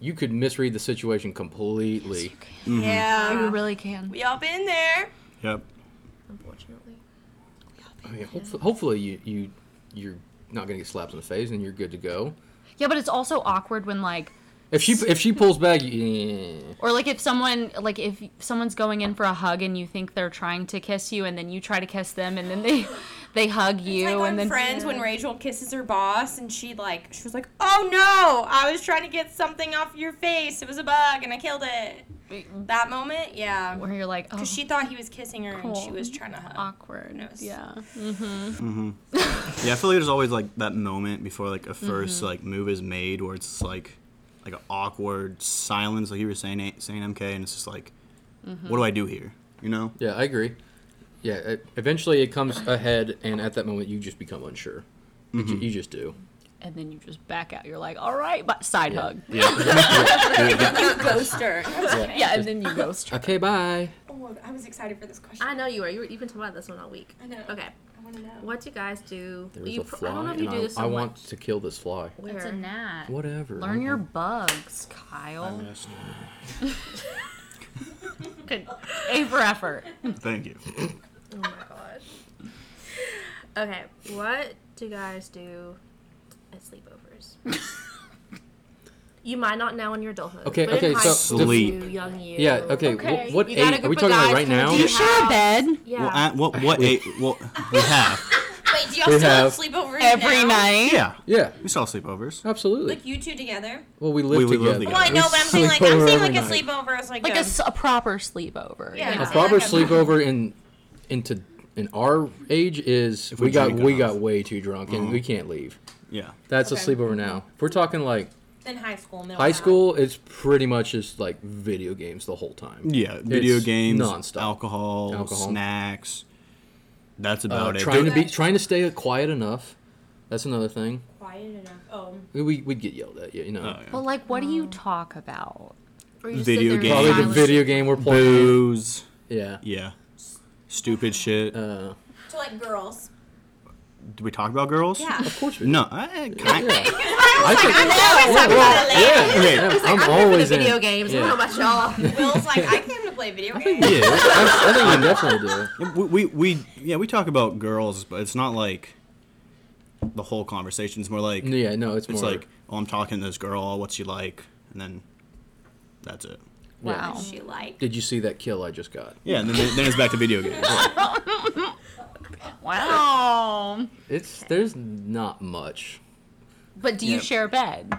you could misread the situation completely.
Mm-hmm.
you
Yeah,
really can.
we all been there.
*laughs* yep.
Unfortunately.
I mean, hopefully, hopefully you you you're not gonna get slapped in the face and you're good to go.
Yeah, but it's also awkward when like
If she if she pulls back, yeah.
or like if someone like if someone's going in for a hug and you think they're trying to kiss you and then you try to kiss them and then they *laughs* they hug you
Like on
and then
Friends, when Rachel kisses her boss, and she like she was like, "Oh no, I was trying to get something off your face. It was a bug, and I killed it." That moment, yeah,
where you're like oh
because she thought he was kissing her, and she
Cool.
was trying to hug.
awkward
Yes.
yeah
Yeah, I feel like there's always like that moment before like a 1st like move is made where it's just, like like an awkward silence, like you were saying eh, saying MK, and it's just like, what do I do here? You know?
Yeah, I agree. Yeah, it, eventually it comes ahead, and at that moment you just become unsure. You ju- You, just do.
and then you just back out you're like all right but side hug
You
*laughs*
ghoster.
yeah and then you go straight
*laughs* Okay, bye.
oh, I was excited for this question.
I know you are. You were, you've been talking about this one all week.
I know.
Okay.
I want to know.
What do you guys do?
There's
you
a
pr-
fly,
I don't know if you
and
do
I,
this.
I
so
want
much.
to kill this fly.
Where?
it's a gnat
Whatever.
learn
I'm-
your
I'm-
bugs Kyle good a for effort
Thank you.
Oh my gosh. okay. What do you guys do at sleepovers? you might not now in your adulthood.
Okay,
But
okay,
In high
so
school,
Sleep.
you, young you.
Yeah. Okay. wh-
Okay.
what
You got a
age? Are we
group of
talking about
guys
right
from
now?
the
do *laughs* you share a bed
Yeah.
Well, at what what eight? Well, we have.
Wait, do y'all
We
still have
have-
sleepovers
every
now?
night
Yeah,
Yeah.
we saw sleepovers.
Absolutely.
Like you two together?
well, we live
we
together.
live
Oh,
together.
I
We
know, but I'm saying like
sleep
I'm
over
saying like a
every night.
sleepover is like, um,
like a,
a-
s- a proper sleepover
Yeah.
A
Yeah.
proper
Okay.
sleepover in into in our age is
we
we got
drink Uh-huh.
we
enough.
got way too drunk and we can't leave.
Yeah.
That's
Okay.
a sleepover now. If we're talking like
in high school, middle
high
now.
school, it's pretty much just like video games the whole time.
Yeah, video
It's
games,
nonstop.
alcohol,
Alcohol.
snacks. That's
Uh,
about it.
trying to
Don't-
be trying to stay quiet enough. That's another thing.
Quiet enough. Oh,
We we would get yelled at. Yeah, you know.
Oh, yeah.
Well, like, what do you talk about?
Or you just sit
Video
there in
games.
Probably the
silence.
video game we're playing.
Booze.
Yeah.
Yeah. Stupid shit.
Uh,
so like girls.
Did we talk about girls?
Yeah.
of course. We
No, I, I
*laughs*
kind
Yeah.
I was like, I know.
Yeah, yeah,
Okay.
yeah,
I'm,
I'm,
here for the
always in.
video games. I
Yeah.
*laughs* don't know about
*laughs*
y'all.
Will's like, I came to
*laughs*
play video games.
Yeah, I, I think you definitely do.
We, we, we yeah we talk about girls, but it's not like the whole conversation. It's more like
Yeah, no, it's,
it's
more
like oh I'm talking to this girl, what's she like, and then that's it.
Wow.
What's She like.
Did you see that kill I just got?
Yeah, and then, then it's back to video games.
Wow.
It's there's not much.
But do you
Yep.
share a bed?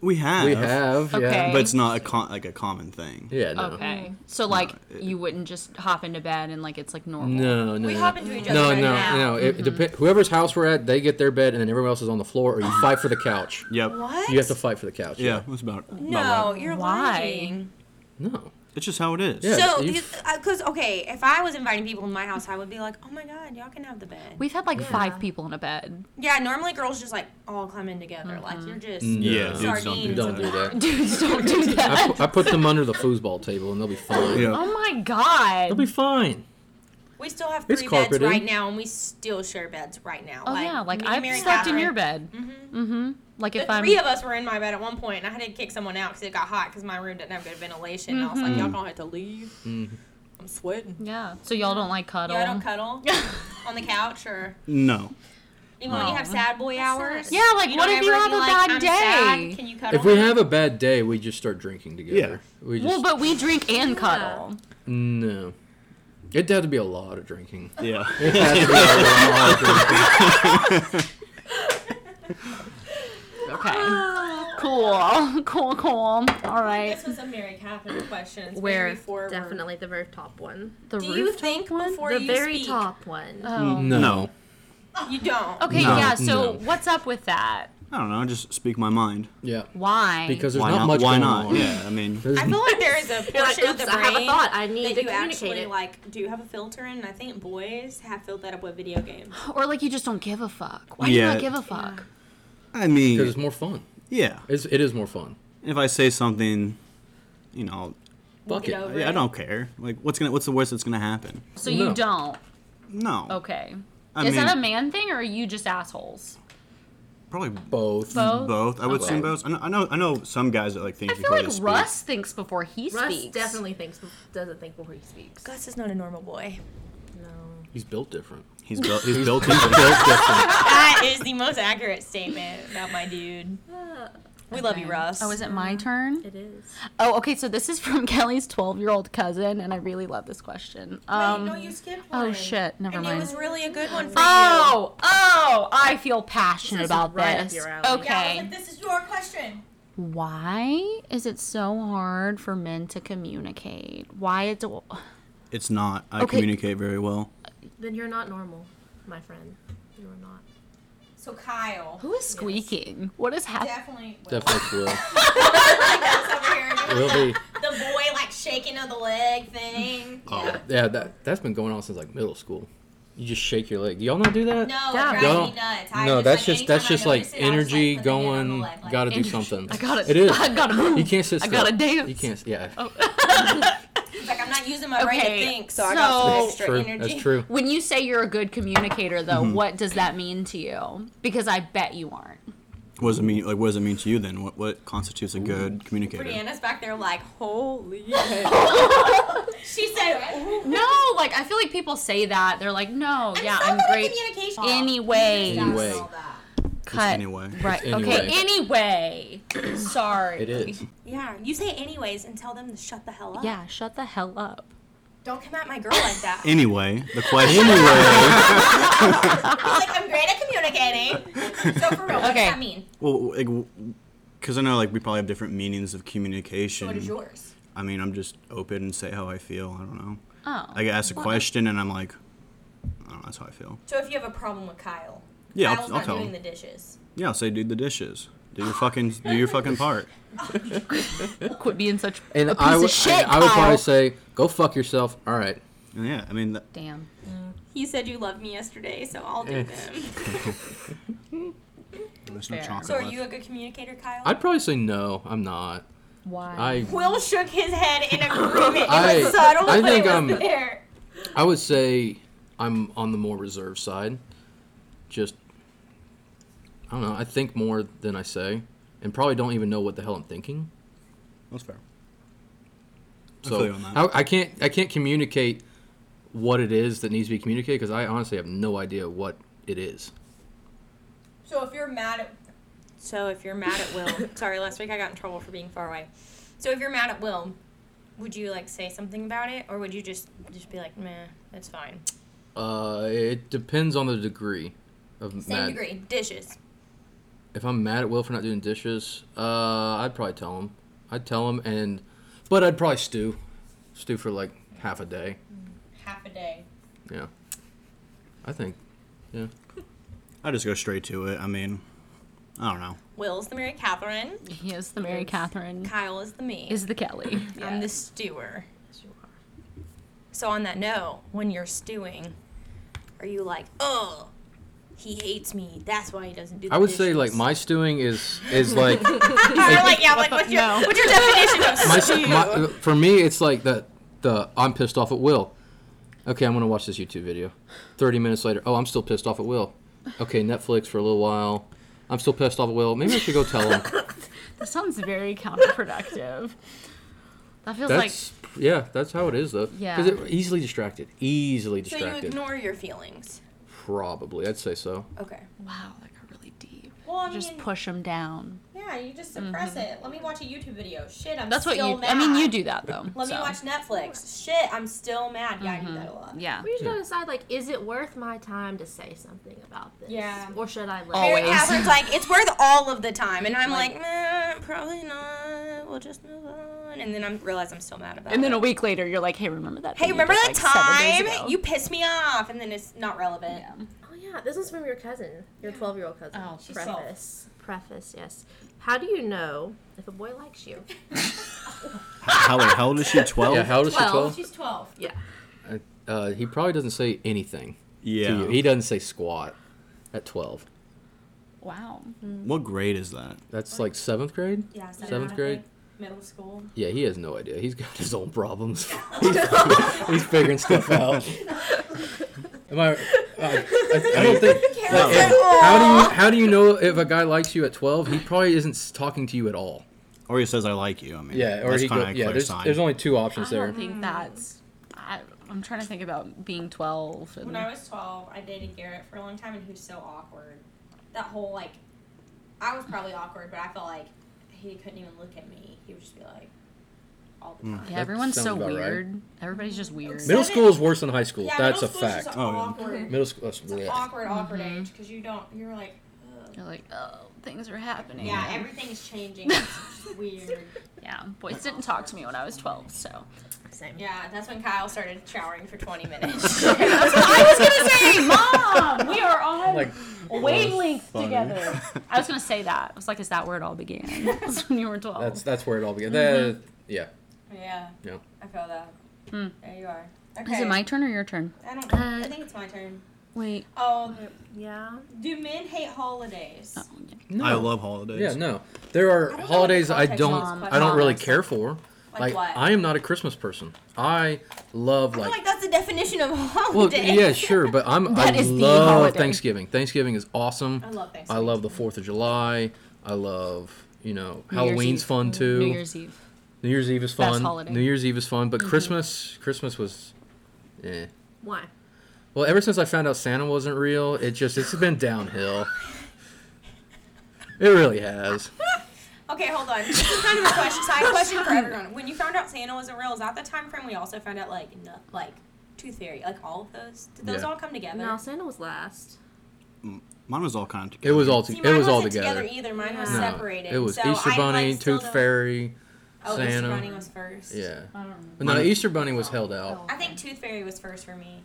We have.
We have, yeah.
Okay.
But it's not a con- like a common thing.
Yeah, no.
Okay. So like you wouldn't just hop into bed and like it's like normal.
No, no.
We
no.
hop into each other's
no,
bed
no,
now.
no. It, depe- whoever's house we're at, they get their bed, and then everyone else is on the floor, or *laughs* you fight for the couch.
Yep.
What?
You have to fight for the couch.
Yeah, that's about, about
No,
right.
you're
Why?
lying.
No.
It's just how it is.
Yeah.
So,
you-
because uh, okay, if I was inviting people to my house, I would be like, "Oh my god, y'all can have the bed."
We've had like
Yeah.
five people in a bed. *laughs*
yeah, normally girls just like all come in together,
Mm-hmm.
like you're just
No.
Yeah, dudes don't do
Sardines.
Don't
*laughs*
do that.
Dudes, don't
*laughs*
do
I,
that.
pu- I put them under the foosball table, and they'll be fine.
Yeah.
Oh my god.
They'll be fine.
We still have
It's
three beds
carpeted.
right now, and we still share beds right now.
Oh yeah, like
me and
I've
Mary
slept
Catherine,
in your bed. Mm-hmm. Like
The
if I'm
three of us were in my bed at one point, and I had to kick someone out because it got hot because my room didn't have good ventilation. And I was
Mm-hmm.
like, "Y'all gonna have to leave."
Mm-hmm.
I'm sweating.
yeah. So y'all don't like cuddle.
Y'all *laughs* don't cuddle on the couch or *laughs*
No.
even when you have sad boy hours.
Yeah, like,
you
what
don't
if you
ever
have
be
a
like,
bad
"I'm
day?"
sad, Can you cuddle?
If we
me?"
have a bad day, we just start drinking together. We just
well, but we drink and cuddle.
no. It'd have to be a lot of drinking.
Yeah.
It had to be
*laughs*
a lot of drinking.
Okay. Cool. *laughs* Cool, cool. All right.
This was a Mary Catherine question. It's
Where?
very forward.
Definitely the very top one.
The
Do you
roof
think before
the
you
very
speak?
top one.
Oh.
No.
Um, No.
You don't.
Okay,
No,
yeah, so
no.
what's up with that?
I don't know. I just speak my mind.
Yeah.
Why?
Because there's
why
not,
not?
much
why
going
not?
on.
Yeah. I mean,
There's-
I feel like *laughs* there is a
You're like,
portion of
oops,
the
I
brain
have a thought. I need
that
to
you
communicate
actually
it.
like do have a filter, in, and I think boys have filled that up with video games.
or like you just don't give a fuck. Why do you
Yeah.
not give a fuck?
I
because it's
mean,
more fun.
yeah.
It's, it is more fun.
If I say something, you know,
Fuck
Get
it.
over
I, I
it.
don't care. Like, what's gonna? What's the worst that's gonna happen?
So you
No.
don't.
No.
Okay.
I
Is
mean,
that a man thing or are you just assholes?
probably
Both.
Both?
both. I would assume both. I know, I know. I know some guys that like think
I
you
feel
probably
like
speak.
Russ thinks before he
Russ
speaks.
definitely thinks doesn't think before he speaks.
Gus is not a normal boy.
No.
He's built different.
He's built.
*laughs*
He's built.
He's built different.
that is the most accurate statement about my dude. We love you,
Okay.
Russ.
Oh, is it
Mm-hmm.
my turn?
It is.
Oh, okay. So this is from *laughs* Kelly's 12 year old cousin, and I really love this question. Um,
Wait, no, you skipped one.
oh, shit. Never
And
mind.
it was really a good one for you.
oh, oh, I feel passionate
This is
about
right up
this.
your alley.
Okay.
Yeah, I was like, this is your question.
Why is it so hard for men to communicate? Why do.
It's not. I
Okay.
communicate very well.
Then you're not normal, my friend. You are not.
So Kyle,
Who is squeaking? What is happening?
definitely, will.
Definitely will.
*laughs*
Gus over here,
Will be.
the boy like shaking of the leg thing. Yeah.
Yeah, that that's been going on since like middle school. You just shake your leg. Do y'all not do that?
No,
Yeah.
it drives
Y'all-
me nuts. I
no, that's just
anytime
that's
I
just like
notice it, I just,
energy
like, put my hand on the
going.
leg, like,
gotta do
energy.
something.
I gotta.
It is.
*laughs* I gotta move.
you can't sit
I
still.
gotta dance.
You can't. Yeah.
*laughs*
It's like I'm not using my brain to
Okay,
think, so, I got
so-
some
that's
extra
true.
Oh, energy. *laughs*
That's true.
When you say you're a good communicator, though,
Mm-hmm.
what does that mean to you? Because I bet you aren't.
What does it mean? Like, what does it mean to you then? What what constitutes a good communicator?
Brianna's back there like,
*laughs*
holy. she said, Ooh.
No, like I feel like people say that. They're like, no, yeah,
so
I'm
good at
great.
communication.
Anyway,
Any way.
cut.
anyway.
Right.
It's
Okay. Anyway. *clears throat* Sorry.
It is.
Yeah, you say anyways and tell them to shut the hell up.
Yeah. Shut the hell up.
Don't come at my girl like
*laughs*
that. It's
Anyway, the
*laughs*
question. anyway.
like, I'm great at
*laughs*
communicating. So for real, what
Okay.
does that mean?
Well, like, because I know like we probably have different meanings of communication.
What is yours?
I mean, I'm just open and say how I feel. I don't know.
Oh.
I get asked a question and I'm like, I don't know. That's how I feel.
So if you have a problem with Kyle,
Yeah, I'll-
Kyle's
I'll
not
tell
doing
him.
the dishes.
Yeah, I'll say, do the dishes. Do your fucking do your fucking part.
Quit being such
And
a piece
I would.
of shit,
and I would
Kyle.
probably say, go fuck yourself. All right.
And yeah, I mean, that,
Damn.
He said you loved me yesterday, so I'll do
Eh.
them.
there's no
Fair.
chocolate.
*laughs* So are
left.
you a good communicator, Kyle?
I'd probably say no. I'm not.
Why?
I
Will shook his head in agreement. It
I-
was subtle,
I
but
think
it was
I'm-
there.
I would say I'm on the more reserved side. Just I don't know. I think more than I say, and probably don't even know what the hell I'm thinking.
That's fair. I feel
So
you on that.
I, I can't I can't communicate what it is that needs to be communicated because I honestly have no idea what it is.
So if you're mad at So if you're mad at Will sorry, last week I got in trouble for being far away. So if you're mad at Will, would you like say something about it? Or would you just just be like, meh, it's fine.
Uh, it depends on the degree of
Same
mad-
degree. Dishes.
if I'm mad at Will for not doing dishes, uh, I'd probably tell him. I'd tell him, and but I'd probably stew, stew for like half a day.
Half a day.
Yeah, I think. Yeah,
I just go straight to it. I mean, I don't know.
Will's the Mary Catherine.
He is the Mary Catherine.
Kyle is the me.
Mm-hmm. Is the Kelly.
*laughs* I'm the stewer. So on that note, when you're stewing, are you like, oh, he hates me. That's why he doesn't do. The
I would say like
dishes."
my stewing is is
*laughs*
like
They're like, yeah, like what's your what's your definition
*laughs*
of
my,
stew?
my, for me it's like the the I'm pissed off at Will. Okay, I'm gonna watch this YouTube video. Thirty minutes later, oh, I'm still pissed off at Will. Okay, Netflix for a little while. I'm still pissed off at Will. Maybe I should go tell
*laughs*
him.
That sounds very counterproductive. That feels like
That's yeah, that's how it is though.
Yeah.
Because it easily distracted, easily
so you
distracted.
ignore your feelings.
Probably, I'd say so.
Okay.
wow, that got really deep.
Well, I
Just
mean-
push them down.
Yeah, you just suppress it. Let me watch a YouTube video. Shit, I'm
That's what
still
you.
mad.
I mean, you do that though.
Let
so.
me watch Netflix. Shit, I'm still mad. Yeah, I do that a lot.
Mm-hmm. Yeah.
We just gotta decide, like, is it worth my time to say something about this?
Yeah.
Or should I let
Always.
it?
Mary Catherine's like, it's worth all of the time, and I'm like, "Nah, probably not. We'll just move on. And then I realize I'm still mad about
And
it.
then a week later, you're like, "Hey, remember that?
hey,
thing you
remember
did,
that
like, seven days
time
ago?"
you pissed me off? And then it's not relevant.
Oh, yeah. This is from your cousin, your 12 year old cousin.
Oh, she's
Preface. Preface, yes. How do you know if a boy likes
*laughs*
you?
How, wait, how
*laughs*
old is she?
Yeah,
Twelve.
how does she twelve?
She's 12.
Yeah.
Uh, he probably doesn't say anything to
Yeah.
you. He doesn't say squat at twelve.
Wow.
What grade is that?
That's like seventh grade.
Yeah, seventh,
Seventh grade?
Middle school.
Yeah, he has no idea. He's got his own problems. *laughs* he's, he's figuring stuff out. Am I? uh, I, I, I don't think. like, if- how do you how do you know if a guy likes you at twelve? He probably isn't s- talking to you at all.
Or he says I like you. I mean,
Yeah, or
that's
he
kind
go,
of a
yeah.
clear
There's,
sign.
there's only two options
I don't
there.
think that's. I, I'm trying to think about being 12. And,
When I was 12, I dated Garrett for a long time, and he was so awkward. That whole, like, I was probably awkward, but I felt like he couldn't even look at me. He would just be like, all the time.
yeah,
That
everyone's
sounds
so
about right.
weird. Everybody's just weird.
Middle
Seven-
school is worse than high school.
Yeah,
That's a
middle school's
fact.
Just
Oh, yeah.
*laughs*
awkward.
Middle school. That's,
It's an
bleh.
awkward, awkward
Mm-hmm.
age because you don't. You're like, Ugh.
Mm-hmm.
You're like, oh, things are happening.
yeah, everything's changing. It's
*laughs*
just weird.
Yeah, boys didn't talk to me when I was 12, *laughs* so.
Same.
Yeah, that's when Kyle started showering for 20
*laughs*
minutes.
I was gonna say, Mom, we are on
*laughs* Like,
wavelengths
*laughs*
funny.
together. I was gonna say that. I was like, is that where it all began? *laughs* That's when you were 12.
that's that's where it all began. That- yeah.
yeah,
Yeah.
I feel that.
Hmm.
There you are.
*laughs*
Okay.
Is it my turn or your turn?
I don't.
Uh,
I think it's my turn.
Wait.
Oh,
Yeah.
do men hate holidays?
Uh,
Oh, yeah.
No.
I love holidays.
Yeah, no. There are
know what
holidays
the
I
context
don't
of this
I don't
question
really
is.
care for.
Like what?
I am not a Christmas person. I love
I feel
like
like that's the definition of a *laughs*
well,
holiday.
yeah, sure, but I'm
That
I
is the
love
holiday.
Thanksgiving. Thanksgiving is awesome.
I love
I
Thanksgiving.
love the 4th of July. I love, you know,
New Year's
Halloween's
Eve. Mm-hmm.
fun too.
New Year's Eve.
New Year's Eve is
Best
fun.
holiday.
New Year's Eve is fun, but Christmas Christmas was eh.
Why?
Well, ever since I found out Santa wasn't real, it just it's been downhill. It really has.
Okay, hold on. This is kind of a question,
*laughs*
side question for everyone. When you found out Santa wasn't real, is that the time frame we also found out like no, like Tooth Fairy, like all of those? Did those
Yeah.
all come together?
No, Santa was last.
Mine was all kind of.
It was all to,
See,
it
mine
was
wasn't
all together.
either. Mine was
No,
separated.
It was
so
Easter
I,
Bunny,
like, still
Tooth
don't-
Fairy,
Oh,
Santa.
Easter Bunny was first.
yeah.
I don't remember.
No, Easter Bunny was held out.
I think Tooth Fairy was first for me.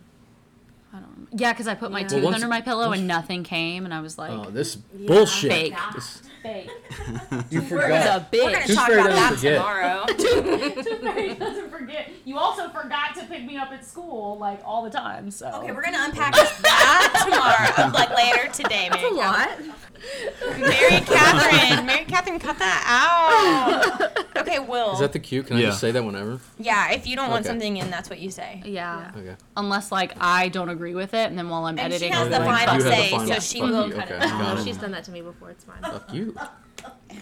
I don't remember. Yeah, because I put my
Well,
tooth
once-
under my pillow and nothing came, and I was like,
Oh, this bullshit.
Fake.
This-
fake.
you
The
We're
forgot.
gonna
bitch.
Tooth
talk
Fairy
about
doesn't
that
forget. *laughs*
tomorrow.
Tooth Fairy doesn't *laughs* forget. You also forgot to pick me up at school, like, all the time, so.
okay, we're gonna unpack that tomorrow, like later today,
That's a
Mary.
lot.
Mary Catherine, Mary Catherine, cut that out. Okay, Will.
Is that the cue? Can I
Yeah.
just say that whenever?
yeah, if you don't want
Okay.
something in, that's what you say.
yeah.
Okay.
unless like I don't agree with it, and then while I'm
And she
editing,
has
I'm
the
like,
final
you have
say,
the final.
so she
fuck
will
you.
cut it
okay.
out.
got
She's done that to me before. It's fine.
Fuck you.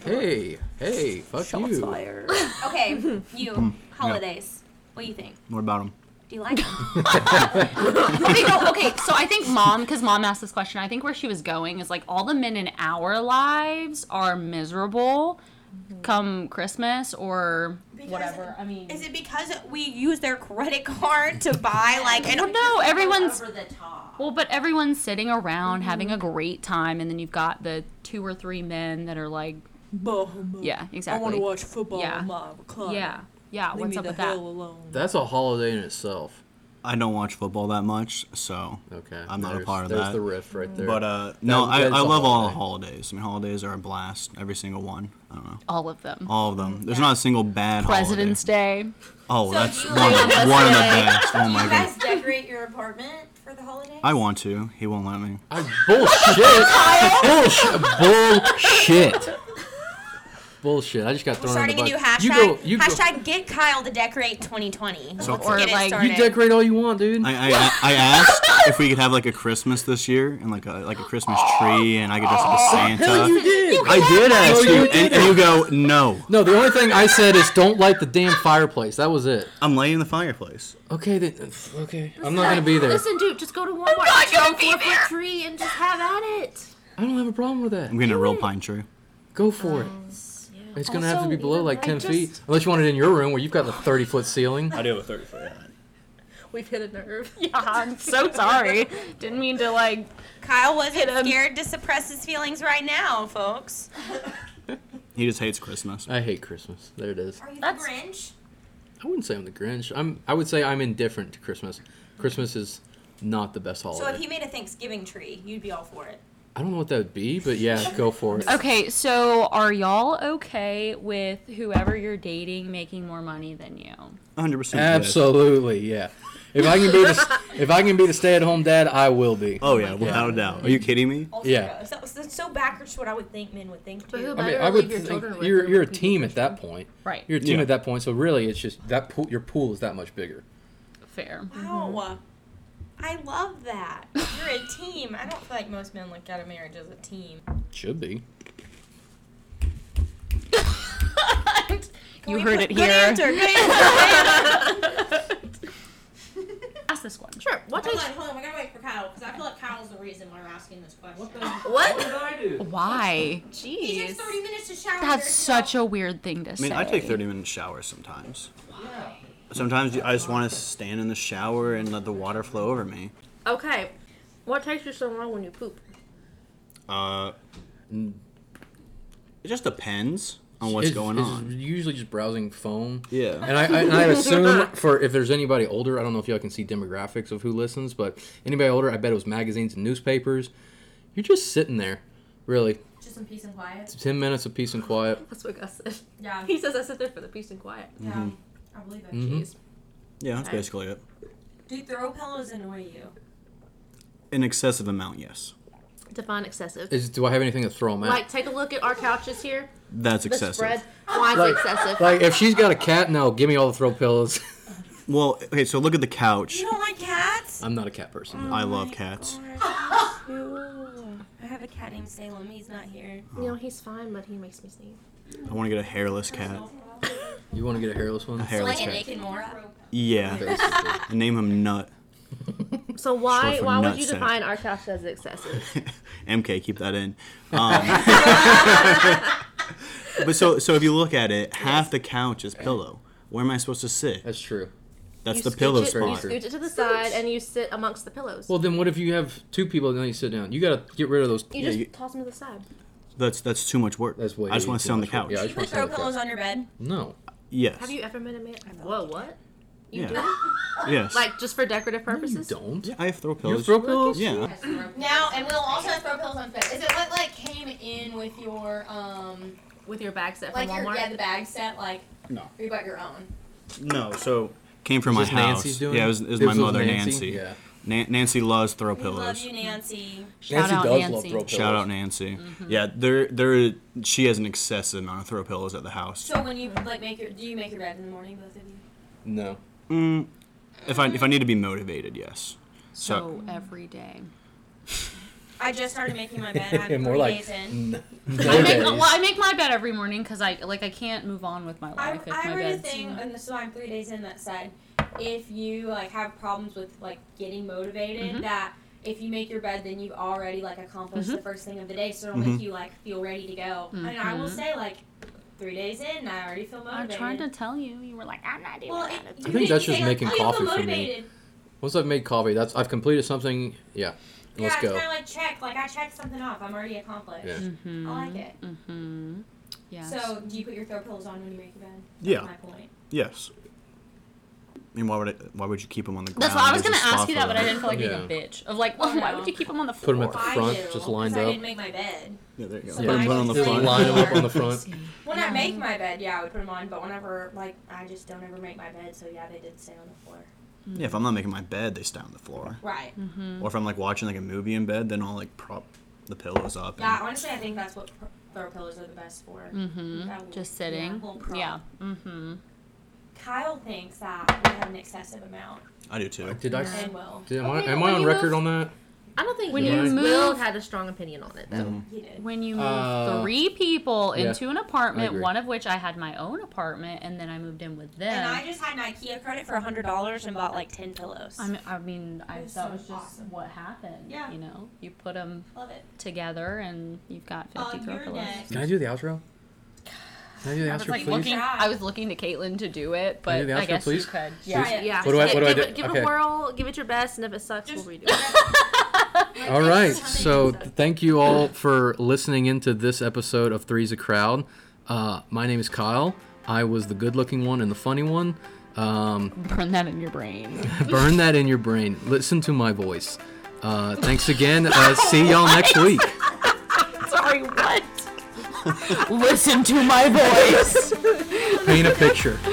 Hey, hey, fuck
shots
you.
fired.
Okay,
Mm.
you holidays. What do you think?
What about them?
Do you like them?
okay, no, okay. So I think mom, because mom asked this question, I think where she was going is like all the men in our lives are miserable come Christmas or
Because-
whatever. I mean,
Is it because we use their credit card to buy like an
well, no, everyone's
over the top.
well, but everyone's sitting around having a great time, and then you've got the two or three men that are like, yeah, exactly.
watch football
Yeah.
my club.
Yeah, yeah. what's up with that?
alone.
That's a holiday in itself.
I don't watch football that much, so.
Okay.
I'm not a
there's,
part of
there's
that.
the riff right there.
But uh, no, I,
that's
I
a
love all the
holiday.
holidays. I mean, holidays are a blast. Every single one. I don't know.
All of them.
All of them. There's not a single bad
President's Day.
holiday. Oh,
So
that's
do you
one, of
like-
the- one of the best. Oh my
You
god.
guys decorate your apartment for the holidays?
I want to. He won't let me.
I, bullshit. bullshit. Bullshit. Bullshit. I just got
We're
thrown
starting
in the
a new
bus.
hashtag.
You go. You
hashtag get Kyle to decorate 2020.
So-
Let's
Or,
get
like, you
it
go. You
started.
decorate all you want, dude.
I, I, I asked if we could have like a Christmas this year and like a like a Christmas tree and I could dress up as Santa.
Hell, you did.
I did ask
No,
you,
you
and, and you go no.
No, the only thing I said is don't light the damn fireplace. That was it.
I'm laying in the fireplace.
Okay, then. uh, Okay. I'm not gonna be there.
Listen, dude, just go to Walmart. I'm not gonna Oh be there. Tree and just have at it.
I don't have a problem with that.
I'm getting a real pine tree.
Go for it. It's gonna have to
Also,
be below
even
like
I
ten
just-
feet, unless you want it in your room where you've got the thirty foot ceiling.
I do have a 30 foot.
We've hit a *laughs* nerve.
Yeah, I'm so sorry. Didn't mean to like.
Kyle wasn't
him.
scared to suppress his feelings right now, folks.
He just hates Christmas.
I hate Christmas. There it is.
Are you
That's-
the Grinch?
I wouldn't say I'm the Grinch. I'm. I would say I'm indifferent to Christmas. Christmas is not the best
So
holiday.
if he made a Thanksgiving tree, you'd be all for it.
I don't know what that would be, but yeah, go for it.
*laughs* Okay, so are y'all okay with whoever you're dating making more money than you?
100. percent
Absolutely, yeah. If I can be the, if I can be the stay at home dad, I will be.
Oh yeah, without a doubt. Are you kidding me?
Also,
Yeah.
goes. That was, that's so backwards to what I would think men would think
But who
too.
I mean,
better
I would
leave your
think
children with
you're
than
you're a
with people
team
you
at that
trust?
point.
Right.
You're a team
Yeah.
at that point, so really, it's just that pool. Your pool is that much bigger.
Fair.
Wow. I love that. You're a team. I don't feel like most men look at a marriage as a team.
Should be.
you
we
heard
put-
it
good
here.
answer, good
Ask this one.
Sure. What
Hold
does
on, hold on. We're gonna wait for Kyle because I feel like Kyle's the reason we're asking this question.
what?
Why?
He
Jeez.
takes 30 minutes to shower.
That's
yourself.
such a weird thing to
I
say.
mean, I take 30 minute showers sometimes. Sometimes you- I just want to stand in the shower and let the water flow over me.
Okay. What takes you so long when you poop?
Uh, it just depends on what's
It's-
going
it's
on.
Usually, just browsing phone.
Yeah.
And I, I,
*laughs*
and I assume for if there's anybody older, I don't know if y'all can see demographics of who listens, but anybody older, I bet it was magazines and newspapers. You're just sitting there, really.
Just in peace and quiet.
Ten minutes of peace and quiet.
That's what Gus said.
Yeah.
He says I sit there for the peace and quiet.
Yeah. I believe it.
Jeez.
yeah, that's basically it.
Do throw pillows annoy you?
An excessive amount, yes.
Define excessive.
Is do I have anything to throw them at?
Like, take a look at our couches here.
That's
The
excessive.
spread. Why is
Like-
it excessive?
Like, if she's got a cat, no, give me all the throw *laughs* pillows.
Well, okay, so look at the couch.
You don't like cats? Oh
I'm not a cat person. no.
I love cats.
oh,
I have a cat named Salem. He's not here.
you know, he's fine, but he makes me sneeze.
I want to get a hairless cat.
You want to get a hairless one?
A hairless
Like an
cat.
Aiken Mora.
Yeah.
Basically.
And name him Nut. *laughs*
So why
Short for
why would you
nutsack.
define our couch as excessive?
MK, keep that in. Um, *laughs* but so, so if you look at it, half the couch is pillow. Where am I supposed to sit?
That's true.
*laughs* That's
You
the
scooch
pillow
it-
spot.
You scooch it to the side and you sit amongst the pillows.
Well, then what if you have two people and then you sit down? You gotta get rid of those.
you just
you-
toss them to the side.
That's that's too much work.
That's way
I just want
too
to sit on the
much work.
couch.
Yeah, I
You
just want
put
to sit
throw
on the couch.
pillows on your bed.
No.
Yes.
Have you ever met a man? Whoa, what? You
Yeah.
do? *laughs*
Yes.
Like just for decorative
You
purposes?
don't.
I have throw pillows.
You throw pillows?
yeah.
Now, and we'll also throw pillows on fit. Is it what like came in with your um
With your bag set from
like your
Walmart.
get the bag set like?
No.
Or you bought your own.
No. So came from my
Was this
house.
Nancy's doing
Yeah, it was, it was
This
my mother Nancy.
Yeah.
Nan- Nancy loves throw
We love
pillows.
you, Nancy.
Shout out Nancy.
Shout out Nancy.
Mm-hmm.
Yeah, there there she has an excessive amount of throw pillows at the house.
So when you like make your, do you make your bed in the morning, both of you?
No.
Mm, if I if I need to be motivated, yes. So,
So every day.
I just started making my bed.
*laughs*
I'm
More
three
like.
days in.
n-
I
No *laughs*
make,
days.
well, I make my bed every morning because I like I can't move on with my
I,
life if
I
my
read a
bed's
thing, and so I'm three days in that said, if you like have problems with like getting motivated,
Mm-hmm.
that if you make your bed, then you've
Mm-hmm.
Mm-hmm.
already like accomplished the first thing of the day, so it'll make you like feel ready to go. And I will say like three days in, and I already feel
I'm
motivated.
trying to tell you. You were like, I'm not doing
Well,
that.
it,
It's
I think that's just making
"Oh,
coffee for me.
me.
Once I've made coffee, that's I've completed something. Yeah,
Yeah,
let's
it's
go.
kind of like check. Like I checked something off. I'm already accomplished.
Yeah.
Mm-hmm.
I like it.
Mm-hmm. Yes.
So, do you put your throw pillows on when you make your bed?
Yeah.
That's my point.
Yes. I mean, why would it, why would you keep them on the ground?
That's why I was
There's
gonna
a spot
ask you
for
that, but I
them.
didn't feel like being
Yeah.
a bitch. Of like,
Oh,
well, why
no.
would you keep them on the
Put
floor?
them at the
I
front,
do,
just
'cause
lined
I
up.
didn't make my bed.
Yeah, there you go.
So
Put
I
'em on the
just
front.
Line them up on the
*laughs*
front.
When I make my bed, yeah, I would put them on. But whenever, like, I just don't ever make my bed, so yeah, they did stay on the floor.
Yeah, if I'm not making my bed, they stay on the floor.
Right.
Mm-hmm.
Or if I'm like watching like a movie in bed, then I'll like prop the pillows up.
Yeah,
and-
honestly, I think that's what pr- throw pillows are the best for.
Mm-hmm.
That little-
Just
yeah,
sitting.
little prop.
Yeah. Mm-hmm.
Kyle thinks that we have an excessive amount,
I do too.
Did I?
and will.
Did, am I,
Okay,
am I
when
on
you
record
move-
on that?
I don't think
When
you
you
Will
move-
had a strong opinion on it though.
Um,
He did.
When you move
Uh,
three people
yeah.
into an apartment,
agree.
one of which I had my own apartment, and then I moved in with them.
And I just had an IKEA credit for hundred dollars and bought like ten pillows.
I mean, I mean, I,
It was
that
so
was just
awesome.
what happened.
Yeah.
You know, you put them
Love it.
together, and you've got 50
Uh,
throw
you're
pillows.
next.
Can I do the outro? Can I do the
I
outro,
was, like
please?
looking,
Try.
I was looking to Caitlin to do it,
Can you
but
do the
I
outro,
guess
please?
you could.
Try it.
Yeah.
What do I-
Just
what do I
give,
do?
It, give it
Okay.
a whirl. Give it your best, and if it sucks,
Just- *laughs*
we'll redo it.
All right. So th- thank you all for listening into this episode of Three's a Crowd. Uh, my name is Kyle. I was the good looking one and the funny one.
*laughs*
Um,
Burn that in your brain. *laughs*
burn that in your brain. Listen to my voice. Uh, thanks again. Uh, see
*laughs*
y'all next week.
Sorry, what? *laughs* Listen to my voice.
Paint a picture.